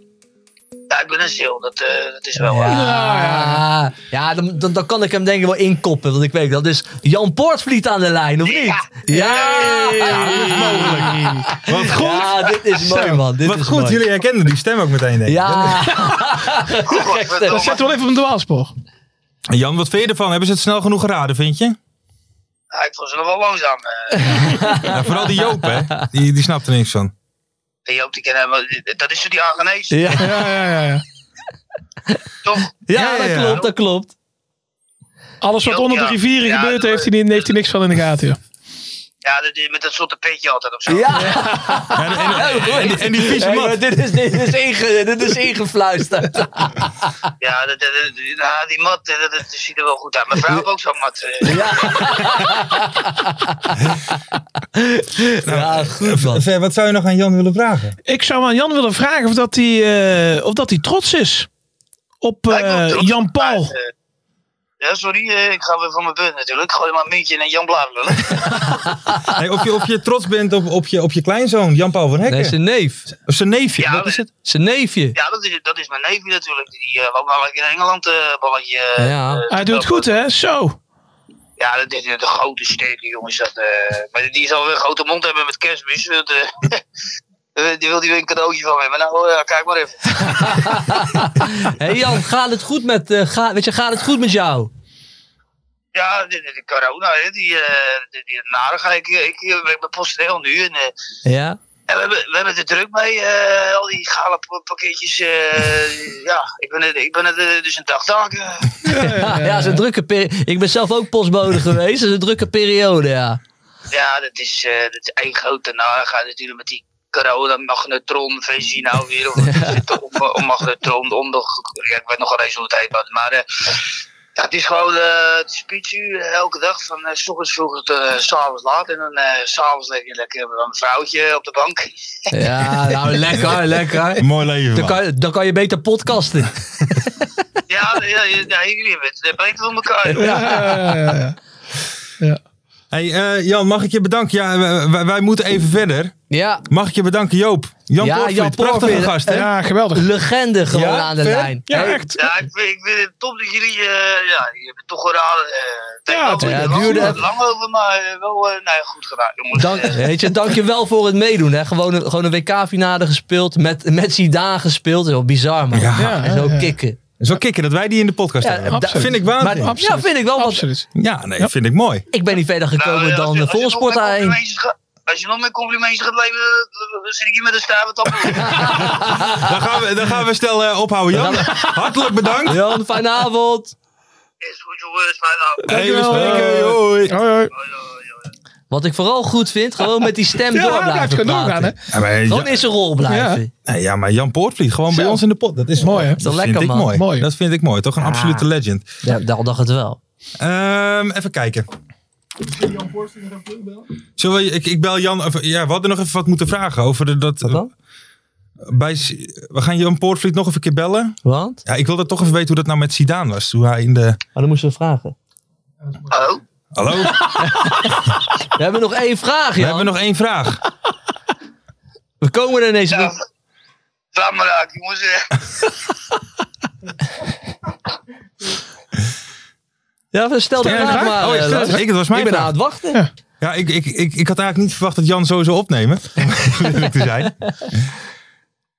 Ja, ik ben een ziel. Dat, eh, dat is wel... waar. Ja, ja dan, dan, dan kan ik hem denk ik wel inkoppen. Want ik weet dat is Jan Poortvliet aan de lijn, of niet? Ja, Wat goed. Ja, dit is mooi, man. Dit Wat is goed, mooi. jullie herkenden die stem ook meteen, denk ik. Ja, Dat zet wel even op een dwaalspoor. En Jan, wat vind je ervan? Hebben ze het snel genoeg geraden, vind je? Ja, ik vond ze nog wel langzaam. eh. Ja, vooral die Joop, hè? Die, die snapt er niks van. En Joop, die kennen hem, maar Dat is zo die Argenees, ja. Ja, ja, ja. ja. toch? ja, dat ja. klopt, dat klopt. Alles wat Ja, onder de ja. rivieren Ja, gebeurt, dat- heeft hij, niet- heeft hij niks van in de gaten. joh. Ja, dat is met dat soort petje altijd of zo. Ja, Oh, En, en, en, en die vieze Hey, maar mat. dit, is, dit, is inge, dit is ingefluisterd. Ja, dat, dat- dat- nou, die mat, eh, dat, dat ziet er wel goed uit. Mijn vrouw heeft ook zo'n mat. eh. Nou, Ja, goed man. Ver, wat zou je nog aan Jan willen vragen? Ik zou aan Jan willen vragen of dat hij, eh, of dat hij trots is op Ja, ik ben eh, trots. Jan Paul. Maar, eh, ja, sorry, eh, ik ga weer van mijn beurt natuurlijk. Gooi maar een muntje en Jan Blaar lullen. Hey, of, je, of je trots bent op, op, je, op je kleinzoon, Jan-Paul van Hekken. Nee, zijn neef. Of zijn neefje. Ja, dat is het. Zijn neefje. Ja, dat is, dat is mijn neefje natuurlijk. Die eh loopt wel lekker in Engeland eh balletje. eh. Ja. Hij doet het goed, hè? Zo. Ja, dat is een grote sterke jongens. Dat, eh, maar die zal weer een grote mond hebben met kerstmis. Dat, eh, eh, die wil die weer een cadeautje van me hebben. Nou, eh, kijk maar even. Hé Jan, gaat het goed met, eh, ga, weet je, gaat het goed met jou? Ja, de, de- de corona, hè, die, eh die, die narigheid. Ik, ik, ik ben personeel nu en... eh, Ja. En we hebben, we hebben het er druk mee, eh, al die gale pa- pakketjes. eh, ja, ik ben het, ik ben het eh, dus een dagtaak. eh. Ja, ja, is een drukke peri- Ik ben zelf ook postbode geweest. Het is een drukke periode, ja. Ja, dat is, eh dat is één grote narigheid natuurlijk met die corona, magnetron, VC nou weer. Of om, om magnetron, om de, ja, ik weet nog wel eens hoe het heet, wat, maar... eh, ja, het is gewoon eh het is pizzu, eh, elke dag, van eh, s ochtends vroeg tot eh, s s'avonds laat. En dan eh, s s'avonds leg je lekker met een vrouwtje op de bank. Ja, nou lekker, lekker. Mooi leven. Dan kan, je- dan kan je beter podcasten. ja, ja, ja, ja, jullie hebben het eh, beter van elkaar. joh. Eh, Hey, eh, Jan, mag ik je bedanken? Ja, w- w- wij, moeten even verder. Ja. Mag ik je bedanken, Joop? Jan Ja, Porfried, Jan eh. prachtige Porfried. gast, hè? Ja, geweldig. Legende gewoon aan de Fer? lijn. Hey. Ja, ik, vind- ik vind het top dat jullie, eh ja, je hebt het toch gedaan. eh Ja, ja, het- ja, het het duurde duurde lang, even. lang over, maar eh, wel, eh, nou ja, goed gedaan, jongens. Eh, Dank, weet je, dankjewel voor het meedoen. Hè. Gewoon, een, gewoon een WK-finale gespeeld. Met, met Zidane gespeeld. Dat is wel bizar, man. Ja. Ja, zo Ja, ja. kikken. Is wel kicken dat wij die in de podcast Ja, hebben. Dat absoluut. vind ik waanzinnig. Maar- Absoluut. ja, vind ik wel wat- Absoluut. Ja, nee, vind ik mooi. Ik ben niet verder gekomen Nou, ja, dan de volsport Als je heen. nog meer complimentjes gaat- als je nog meer complimentjes gaat leveren, dan- dan zit ik hier met een staartap. Dan gaan we, dan gaan we snel eh, ophouden, Jan. Hartelijk bedankt. Jan, fijne avond. Hey, we spreken. eh. Hoi. Hoi, hoi. Wat ik vooral goed vind, gewoon met die stem Ja, door hij blijft blijven gewoon praten. doorgaan, Ja, maar, eh, Gewoon Ja- in zijn rol blijven. Nee, ja, maar Jan Poortvliet, gewoon bij Zo. ons in de pot. Dat is mooi, hè? Dat Dat is vind lekker, ik man. mooi. Mooi. Dat vind ik mooi. Toch een Ah. absolute legend. Ehm, Ja, dat dacht het wel. even kijken. Zullen we, ik, ik bel Jan. of- ja, we hadden nog even wat moeten vragen over de, dat. Bij, S- we gaan Jan Poortvliet nog even een keer bellen. Want? Ja, ik wilde toch even weten hoe dat nou met Sidaan was. Hoe hij in de. Maar Oh, dan moesten we vragen. Hallo? We hebben nog één vraag, We Jan. hebben nog één vraag. We komen er ineens... Laat maar raak, jongens. eh. Ja, stel de Stel je vraag vraag? maar. Oh, eh, stel- Lars. ik, dat was mijn ik ben vraag. aan het wachten. Ja, ik, ik, ik, ik had eigenlijk niet verwacht dat Jan sowieso opnemen. Om eerlijk te zijn.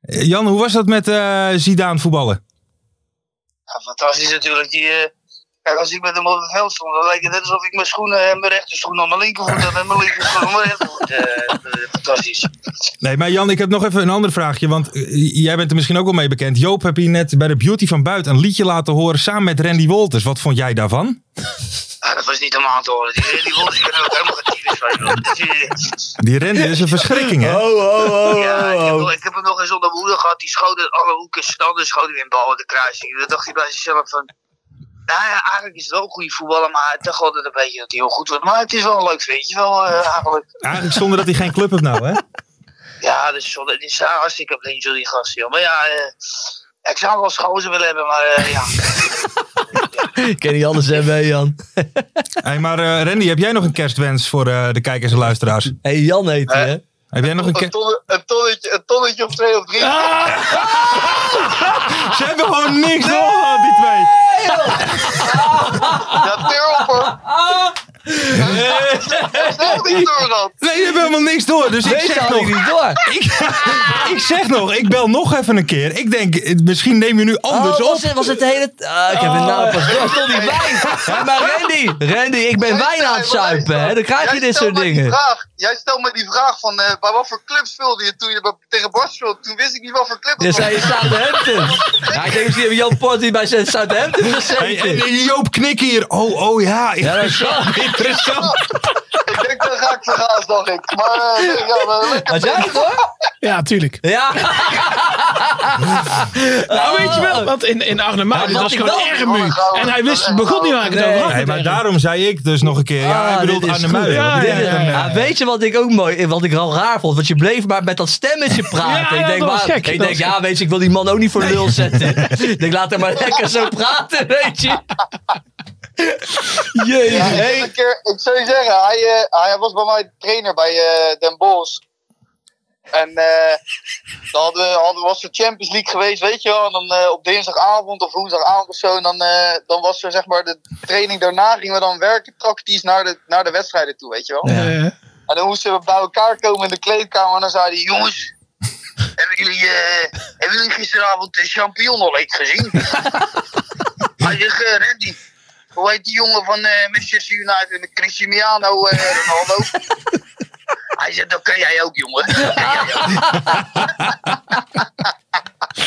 Eh, Jan, hoe was dat met eh Zidaan voetballen? Ja, fantastisch natuurlijk. Die, eh, kijk, als ik met hem op het veld stond, dan leek het net alsof ik mijn schoenen en mijn rechterschoen op mijn linkervoet had en mijn linkerschoen op mijn rechtervoet. eh, eh, fantastisch. Nee, maar Jan, ik heb nog even een ander vraagje. Want eh, jij bent er misschien ook wel mee bekend. Joop heb hier net bij de Beauty van Buiten een liedje laten horen samen met Randy Wolters. Wat vond jij daarvan? Ja, dat was niet normaal te horen. Die, die wolf, ik ben er ook helemaal getierd van. joh. Dat is, eh, Die Randy is een verschrikking, hè? Ja, ik heb, ik heb hem nog eens onder woede gehad. Die schoten alle hoeken, standen schoten weer in ballen de kruising. Dan dacht hij bij zichzelf van... Nou ja, eigenlijk is het wel een goede voetballer, maar hij dacht altijd een beetje dat hij heel goed wordt. Maar het is wel een leuk ventje, wel eh, eigenlijk. Eigenlijk zonder dat hij geen club heeft nou, hè? Ja, dus zonde, het is daar hartstikke op links die gast, joh. Maar ja, eh, ik zou hem wel schozen willen hebben, maar eh, ja. Ik ken niet alles hebben, Jan. Hey, maar eh, Randy, heb jij nog een kerstwens voor eh, de kijkers en luisteraars? hey, Jan heet Eh, hij, hè? Heb jij nog een kerst... ton- een tonnetje, een tonnetje of twee of drie. Ze hebben gewoon niks door gehad, die twee. Ja, terrorper. Snel niet door dan. Nee, die hebben helemaal niks door. Dus ik Deze zeg had nog... ik niet door. Ik, ik zeg nog, ik bel nog even een keer. Ik denk, eh, misschien neem je nu anders Oh, dus op. Oh. was, het, was het de hele... Ah, ik heb het nou pas door. Stond niet bij. Ja, maar Randy, Randy, ik ben wijn aan het zuipen, hè? Dan krijg je Jij stelt dit soort mij die dingen. vraag- jij stelt me die vraag van eh, bij wat voor club speelde je toen je bij- tegen Bas speelde. Toen wist ik niet wat voor club Je het zei je Southampton. Ja, ik denk misschien hebben Jan Porty bij zijn Southampton gezeten. Hey, hey, Joop, knik hier. Oh, oh ja. Ja, dat is wel- Interessant. Ik denk dat ga ik vergaas, dacht ik. Maar eh, nee, ja, maar lekker. Had jij het hoor? Ja, tuurlijk. Ja. Nou, weet je wel, want in, in arnhem Ja, het wat was ik gewoon wel- Ermu. En hij wist, begon niet waar ik het over had. Nee, maar daarom zei ik dus nog een keer. Ja, Ah, ik dit bedoel is aan de goed. muil. Ja, dit is- Ah, Weet je wat ik ook mooi, wat ik al raar vond? Want je bleef maar met dat stemmetje praten. Ja, ik denk, dat was maar- gek, ik dat denk was ja, weet je, ik wil die man ook niet voor lul zetten. ik denk, laat hem maar lekker zo praten, weet je. Jee, Ja, ik, heb hey. een keer, ik zou je zeggen, hij, eh, hij was bij mij trainer bij eh, Den Bosch. En eh, dan hadden we, hadden, was de Champions League geweest, weet je wel. En dan eh, op dinsdagavond of woensdagavond of zo. En dan, eh, dan was er zeg maar de training daarna. Gingen we dan werken tactisch naar de, naar de wedstrijden toe, weet je wel. Ja. En dan moesten we bij elkaar komen in de kleedkamer. En dan zei hij, jongens, hebben jullie, eh, hebben jullie gisteravond de champignon al eten gezien? Hij zegt, eh, Randy, hoe heet die jongen van eh, Manchester United, Cristiano eh, Ronaldo? Hij zegt, dat kan jij ook, jongen. Dat ken jij ook.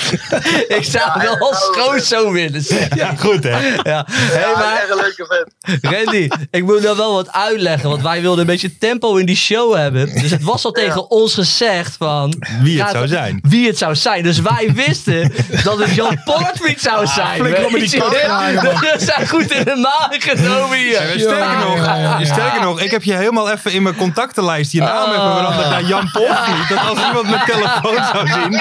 Ik zou wel als schoon zo willen zeggen. Ja, goed hè? Ja. Hey, Ja, maar echt een leuke vent. Randy, ik moet nou wel wat uitleggen, want wij wilden een beetje tempo in die show hebben. Dus het was al tegen ons gezegd van... Wie het Ja, zou zijn. Wie het zou zijn. Dus wij wisten dat het Jan Portwiet zou Ah, zijn. flikker op met die Weet je, kantlijn, hè? man. We zijn goed in de maag genomen Ja, hier. sterker, nog, sterker nog, ik heb je helemaal even in mijn contactenlijst je naam even veranderd naar Jan Polvliet. Dat als iemand mijn telefoon zou zien.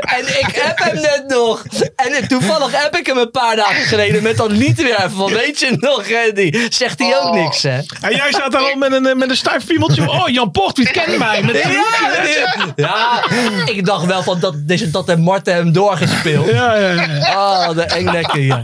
En ik app hem net nog. En het- toevallig app ik hem een paar dagen geleden met dat lied weer even van weet je nog Randy. Zegt hij ook niks hè. En jij staat daar al met een, eh, met een stijf piemeltje. Oh, Jan Portwiet kent mij. Met Ja, ja, ja, ik dacht wel van dat, deze- dat heeft Marten hem doorgespeeld. Ja, ja, Oh, de engnekken hier.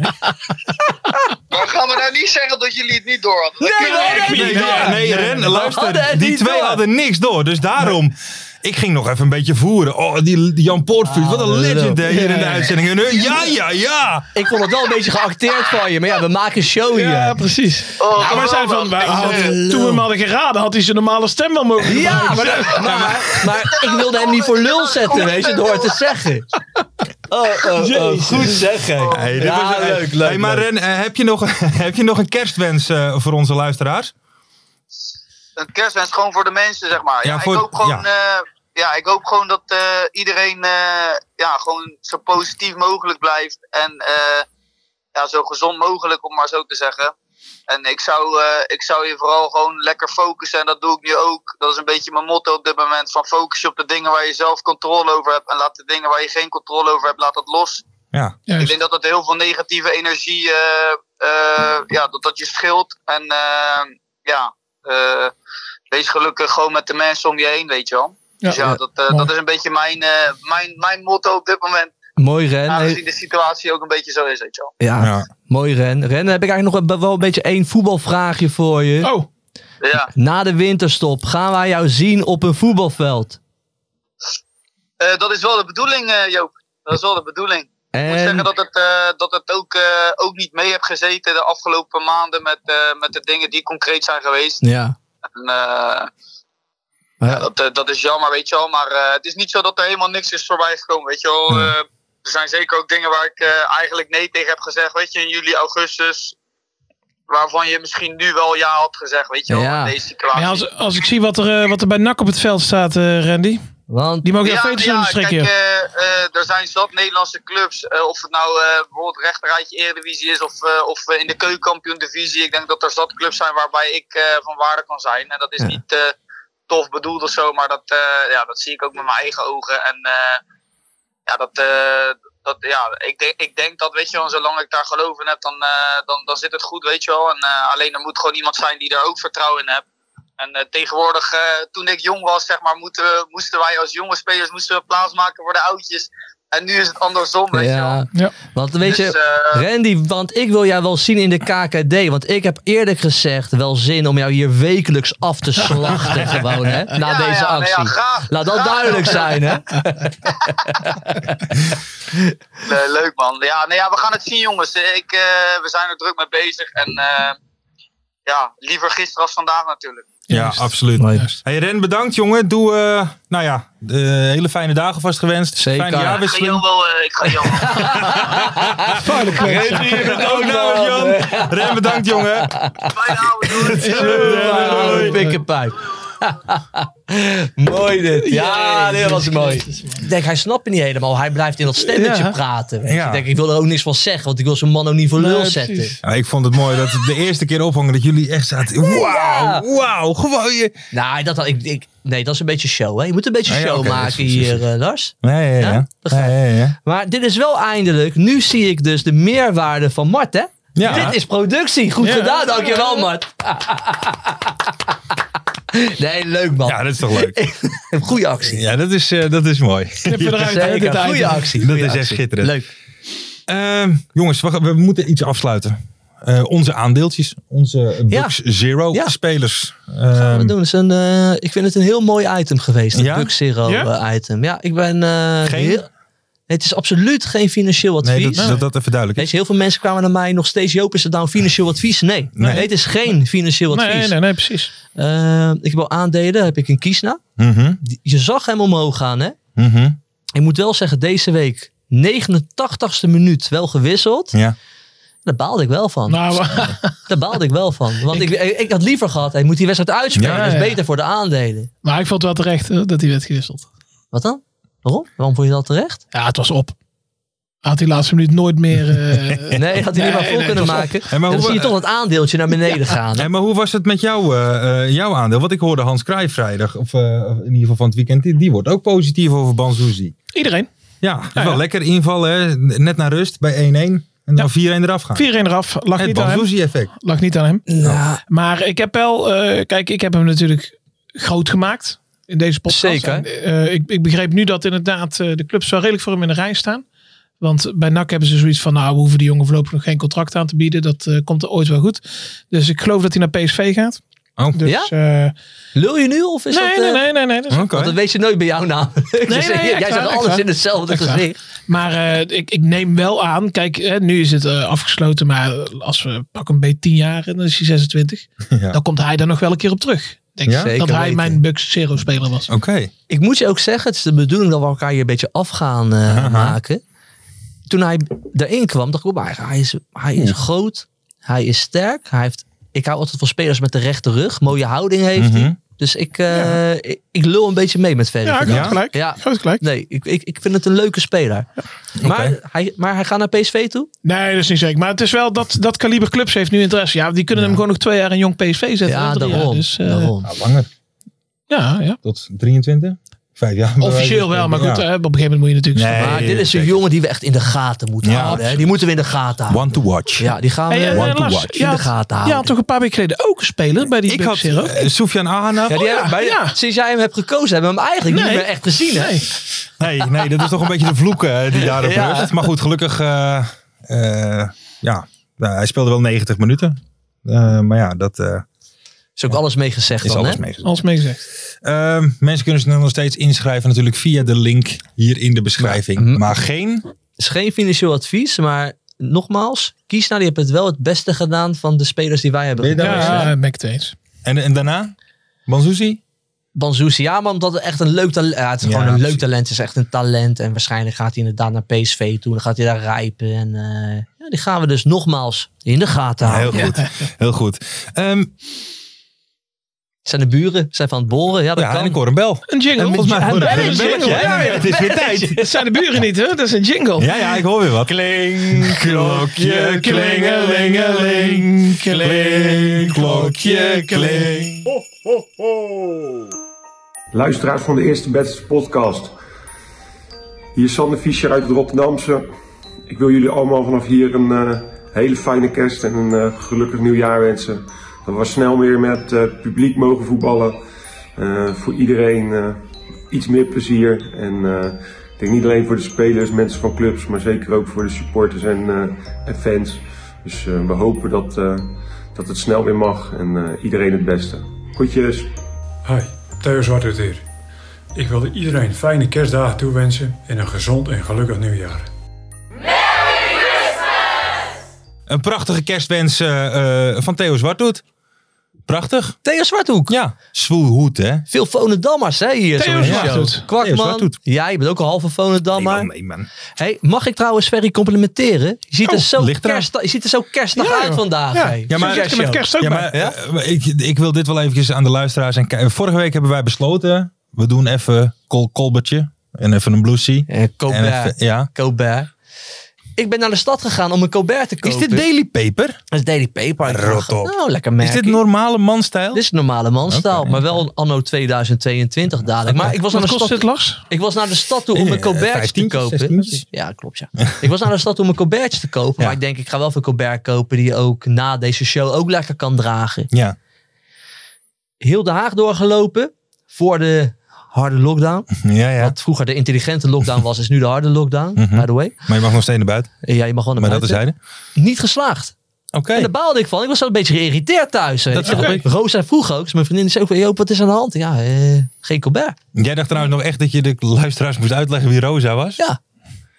Maar gaan we nou niet zeggen dat jullie het niet door hadden? Nee, Dat kunnen we echt Nee, niet. ja, nee, Ren, Oh, luister, die twee hadden niks door. Dus daarom, ik ging nog even een beetje voeren. Oh, die die Jan Poortvliet, wat Ah, een legend hè, hier in de uitzending. En hun, Ja, ja, ja. Ik vond het wel een beetje geacteerd van je. Maar ja, we maken een show hier. Ja, precies. Ja, wij zijn van, Ah, wij hadden, toen we hem hadden geraden, had hij zijn normale stem wel mogen Ja, gebruiken. maar, maar, maar ik wilde hem niet voor lul zetten, weet je, door te zeggen. Oh, oh, oh, goed zeggen. Hey, dit ja, was- hey, leuk, leuk. hey, maar leuk. Ren, eh, heb je nog, heb je nog een kerstwens eh, voor onze luisteraars? Een kerstwens gewoon voor de mensen, zeg maar. Ja, Ja, voor- ik hoop ja. gewoon, ja. ja, ik hoop gewoon dat eh, iedereen eh, ja, gewoon zo positief mogelijk blijft. En eh, ja, zo gezond mogelijk, om maar zo te zeggen. En ik zou, eh, ik zou je vooral gewoon lekker focussen. En dat doe ik nu ook. Dat is een beetje mijn motto op dit moment. Van focus je op de dingen waar je zelf controle over hebt. En laat de dingen waar je geen controle over hebt, laat dat los. Ja. Ik denk dat dat heel veel negatieve energie, eh, eh, ja, dat dat je scheelt. En eh, ja, eh, wees gelukkig gewoon met de mensen om je heen, weet je wel. Ja. dus ja, Ja, dat, eh, dat is een beetje mijn, eh, mijn, mijn motto op dit moment. Mooi Ren. Aangezien Hey, de situatie ook een beetje zo is, weet je wel. ja, mooi Ren. Ren, heb ik eigenlijk nog wel een beetje één voetbalvraagje voor je. Oh. Dus Ja. Na de winterstop gaan wij jou zien op een voetbalveld. Eh, dat is wel de bedoeling, eh, Joop. Dat is wel de bedoeling. Ik moet En- zeggen dat het, eh, dat het ook, eh, ook niet mee heb gezeten de afgelopen maanden met, eh, met de dingen die concreet zijn geweest. Ja. En, eh, ja, dat, eh, dat is jammer, weet je wel. Maar eh, het is niet zo dat er helemaal niks is voorbij gekomen, weet je wel. Eh, er zijn zeker ook dingen waar ik eh, eigenlijk nee tegen heb gezegd, weet je, in juli, augustus. Waarvan je misschien nu wel ja had gezegd, weet je wel, Ja. in deze situatie. Ja, als, als ik zie wat er, eh, wat er bij NAC op het veld staat, eh, Randy. die mogen jouw veters aan de strik kijk, hier. eh, eh, er zijn zat Nederlandse clubs. eh, of het nou eh bijvoorbeeld rechterrijtje Eredivisie is of, eh, of eh, in de keukenkampioen divisie. Ik denk dat er zat clubs zijn waarbij ik eh, van waarde kan zijn. En dat is Ja. niet eh, tof bedoeld of zo, maar dat, eh, ja, dat zie ik ook met mijn eigen ogen. En eh, ja, dat, eh, dat, ja ik, denk, ik denk dat, weet je wel, zolang ik daar geloof in heb, dan, eh, dan, dan zit het goed, weet je wel. En, eh, alleen er moet gewoon iemand zijn die daar ook vertrouwen in hebt. En eh, tegenwoordig, eh, toen ik jong was, zeg maar, moeten, we- moesten wij als jonge spelers moesten we plaatsmaken voor de oudjes. En nu is het andersom, weet je wel. Ja. Want weet Dus, je, eh, Randy, want ik wil jou wel zien in de KKD. Want ik heb eerlijk gezegd wel zin om jou hier wekelijks af te slachten. gewoon, hè? Na Ja, nou deze ja, nee, ja, actie. graag, Laat dat graag. duidelijk zijn, hè? Le- Eh, leuk man. Ja, nou ja, we gaan het zien, jongens. Ik, eh, we zijn er druk mee bezig. En eh, ja, liever gisteren als vandaag natuurlijk. Ja, absoluut. Hey Ren, bedankt jongen. Doe, eh, nou ja, eh, hele fijne dagen vast gewenst. Zeker. Fijne ik ga jaarwisseling. jou wel. eh, ik ga jou wel. Vuile kwets. Ren, je bent ook namens Oh, Jan. Ren, bedankt jongen. eh, Doei. Pikkenpijp. mooi dit. Ja, dit was mooi. Ik denk, hij snapt het niet helemaal. Hij blijft in dat stemmetje Ja. praten. Weet je. Ja. Ik denk, ik wil er ook niks van zeggen. Want ik wil zo'n man ook niet voor lul zetten. Ja, ik vond het mooi dat het de eerste keer ophangen dat jullie echt zaten. Wauw, wauw, gewoon je. Nou, dat, had ik, ik, nee, dat is een beetje show. Hè? Je moet een beetje Ah, ja, show oké, dat is maken precies hier, het. eh, Lars. Nee, ja, ja. ja. ja, ja. Maar dit is wel eindelijk. Nu zie ik dus de meerwaarde van Mart, hè? Ja. Dit is productie. Goed Ja. gedaan, dankjewel, Mart. nee, leuk man. Ja, dat is toch leuk? Goeie actie. Ja, dat is, eh, dat is mooi. Knippen eruit, hè, dit Zeker. item. Goeie actie. Dat goeie is echt actie. schitterend. Leuk. Ehm, jongens, we, gaan- we moeten iets afsluiten. eh, onze aandeeltjes. Onze Bucks Zero spelers. gaan we Ehm, doen. Het Is een, eh, ik vind het een heel mooi item geweest, het Ja? Bug Zero Ja? eh, item. Ja, ik ben... eh, Geen- heel- Nee, het is absoluut geen financieel advies. Nee, dat, dat, dat even duidelijk Weet je, heel veel mensen kwamen naar mij nog steeds, Joop is het nou een financieel advies? Nee, nee. het is geen financieel Nee, advies. nee, nee, precies. Eh, ik heb al aandelen, heb ik een Kiesna. is. Mhm, Die- Je zag hem omhoog gaan, hè? mhm. Ik moet wel zeggen, deze week, 89ste minuut, wel gewisseld. Hm. Ja. Daar baalde ik wel van. Nou, Daar baalde ik wel van. Want ik, ik, ik had liever gehad, hij moet die wedstrijd uitspelen. Ja, dat is ja. beter voor de aandelen. Maar ik vond het wel terecht eh, dat hij werd gewisseld. Wat dan? Waarom? Waarom vond je dat terecht? Ja, het was op. Had die laatste minuut nooit meer... eh, Nee, had hij niet maar vol kunnen nee, het was op. maken. En maar dan hoe- zie je toch dat aandeeltje naar beneden gaan. Hey, maar hoe was het met jou, eh, eh, jouw aandeel? Want ik hoorde Hans Kraai vrijdag, of eh, in ieder geval van het weekend, die, die wordt ook positief over Banzuzi. Iedereen. Ja, het is wel lekker invallen, hè? net naar rust bij 1-1 en dan 4-1 eraf gaan. 4-1 eraf. Lag Het dus- niet aan hem. Banzuzi-effect. Lag niet aan hem. Nou. Maar ik heb wel... eh, kijk, ik heb hem natuurlijk groot gemaakt. In deze podcast. Zeker. En, eh, ik, ik begreep nu dat inderdaad eh, de clubs wel redelijk voor hem in de rij staan. Want bij NAC hebben ze zoiets van... Nou, we hoeven die jongen voorlopig nog geen contract aan te bieden. Dat eh, komt er ooit wel goed. Dus ik geloof dat hij naar PSV gaat. Oh, Dus, ja? eh, Lul je nu? Of is nee, dat, nee, eh, nee, nee, Dus- nee. dat is- Want dat weet je nooit bij jou namelijk. Nee, Dus nee, echt jij waar, zegt echt alles waar. in hetzelfde Echt waar. gezicht. Maar eh, ik, ik neem wel aan, kijk, hè, nu is het eh, afgesloten, maar als we pak een beetje 10 jaar, dan is hij 26. Ja. Dan komt hij daar nog wel een keer op terug. Denk Ja? ik. Dat Zeker hij weten. mijn Bucks Zero speler was. Oké. Ik moet je ook zeggen, het is de bedoeling dat we elkaar hier een beetje af gaan eh, maken. Toen hij daarin kwam, dacht ik, oh, maar hij is, hij is groot, hij is sterk. Hij heeft, ik hou altijd van spelers met de rechte rug, mooie houding heeft Mhm. hij. Dus ik, eh, ik, ik lul een beetje mee met Ferry. Ja, vandaag. groot gelijk. Ja. Groot gelijk. Nee, ik, ik, ik vind het een leuke speler. Maar, hij, maar hij gaat naar PSV toe? Nee, dat is niet zeker. Maar het is wel dat, dat kaliber clubs heeft nu interesse. Ja, die kunnen hem gewoon nog twee jaar een jong PSV zetten. Ja, hè, drie jaar. daarom. Dus, eh, daarom. Nou, langer. ja, ja. Tot 23? Vijf jaar. bij wijze Officieel van wel, maar spreken. goed, eh, op een gegeven moment moet je natuurlijk... Nee, maar dit is een jongen die we echt in de gaten moeten Ja, houden. Hè? absoluut. Die moeten we in de gaten eh. Ja. houden. One to watch. Ja, die gaan we Hey, eh, One to Lars, watch. je in de had- gaten Je houden. had toch een paar weken geleden ook een speler bij die Ik had eh, Bucks Zero? Sofian Soufian Ahana. Ja, die hebben, bij, Oh ja. Sinds jij hem hebt gekozen, hebben we hem eigenlijk Nee. niet meer echt gezien. Hè? Nee. Nee, nee, dat is toch een beetje de vloek eh, die daarop Ja. rust. Maar goed, gelukkig. eh, eh, ja, Nou, hij speelde wel 90 minuten. Eh, maar ja, dat eh, Is ook alles mee gezegd is dan, alles hè? meegezet. Als mee gezegd. Ehm, mensen kunnen zich nog steeds inschrijven natuurlijk via de link hier in de beschrijving. Ja. Mhm. Maar geen... is geen financieel advies, maar nogmaals, Kiesna die heeft het wel het beste gedaan van de spelers die wij hebben. Ben je daar gekozen. Ja, eh, ben ik het eens. En, en daarna? Banzuzi? Banzuzi, ja, maar omdat het echt een leuk talent ja, het is. Ja, gewoon een leuk precies. talent, het is echt een talent. En waarschijnlijk gaat hij inderdaad naar PSV toe. Dan gaat hij daar rijpen. En eh, ja, die gaan we dus nogmaals in de gaten Heel houden. goed, heel goed. Ehm, Het zijn de buren, het zijn van het boren. Ja, dat ja, en kan. ik hoor een bel. Een jingle. En volgens mij hoor ik belletje. een belletje. Ja, ja, Het is weer tijd. Dat zijn de buren niet, hè? Dat is een jingle. Ja, ja, ik hoor weer wat. Kling, klokje, klingelingeling, Kling, klokje, kling. Luisteraars van de Eerste Beste Podcast. Hier is Sander Fischer uit het Rotterdamse. Ik wil jullie allemaal vanaf hier een eh, hele fijne kerst en een eh, gelukkig nieuwjaar wensen. Dat we snel weer met eh, publiek mogen voetballen. Eh, voor iedereen eh, iets meer plezier. En eh, ik denk niet alleen voor de spelers, mensen van clubs, maar zeker ook voor de supporters en, eh, en fans. Dus eh, we hopen dat, eh, dat het snel weer mag en eh, iedereen het beste. Groetjes! Hi, Theo Zwart het hier. Ik wilde iedereen fijne kerstdagen toewensen en een gezond en gelukkig nieuwjaar. Een prachtige kerstwens eh, eh, van Theo Zwarthoed. Prachtig. Theo Zwarthoek. Ja, zwoel hoed, hè? Veel Volendammers hè, hier. Theo zo in de Zwarthoed. show. Theo Kwakman. Zwarthoed. Ja, je bent ook een halve Volendammer. Nee, man, nee, man. Hey, mag ik trouwens Ferry complimenteren? Je ziet, er, Oh, zo ligt eraan. kerst, je ziet er zo kerstig uit vandaag. Ja. hey. Ja, maar- Succes, Zit je Ah, met joh. kerst ook Ja, bij? maar eh, ik, ik wil dit wel eventjes aan de luisteraars. En ki- vorige week hebben wij besloten, we doen even kol kolbertje en even een blousie. Eh, En Colbert. even- ja. Colbert. Ik ben naar de stad gegaan om een Colbert te Is kopen. dit Daily Paper? Dat is Daily Paper. Ik dacht, Rot op. Nou, lekker Is merk. dit normale manstijl? Dit is normale manstaal, Oké. maar wel anno 2022 dadelijk. Maar ik was, naar Wat de kost stad, dit, Lars? ik was naar de stad toe om Eh, een Colbert te vijftientjes, kopen. zestientjes. Ja, klopt ja. Ik was naar de stad toe om een Colbert te kopen. Ja. Maar ik denk, ik ga wel even een Colbert kopen die je ook na deze show ook lekker kan dragen. Ja. heel Den Haag doorgelopen voor de harde lockdown. Ja, ja. Wat vroeger de intelligente lockdown was, is nu de harde lockdown, Mhm. by the way. Maar je mag nog steeds naar buiten. Ja, je mag wel naar Maar dat is buiten. zijde. Niet geslaagd. En daar baalde ik van. Ik was zo een beetje geïrriteerd thuis. Dat Ik zeg, snap ik. Rosa vroeg ook. Dus mijn vriendin zei ook van, Joop, wat is aan de hand? Ja, eh, geen Colbert. Jij dacht trouwens nog echt dat je de luisteraars moest uitleggen wie Rosa was? Ja.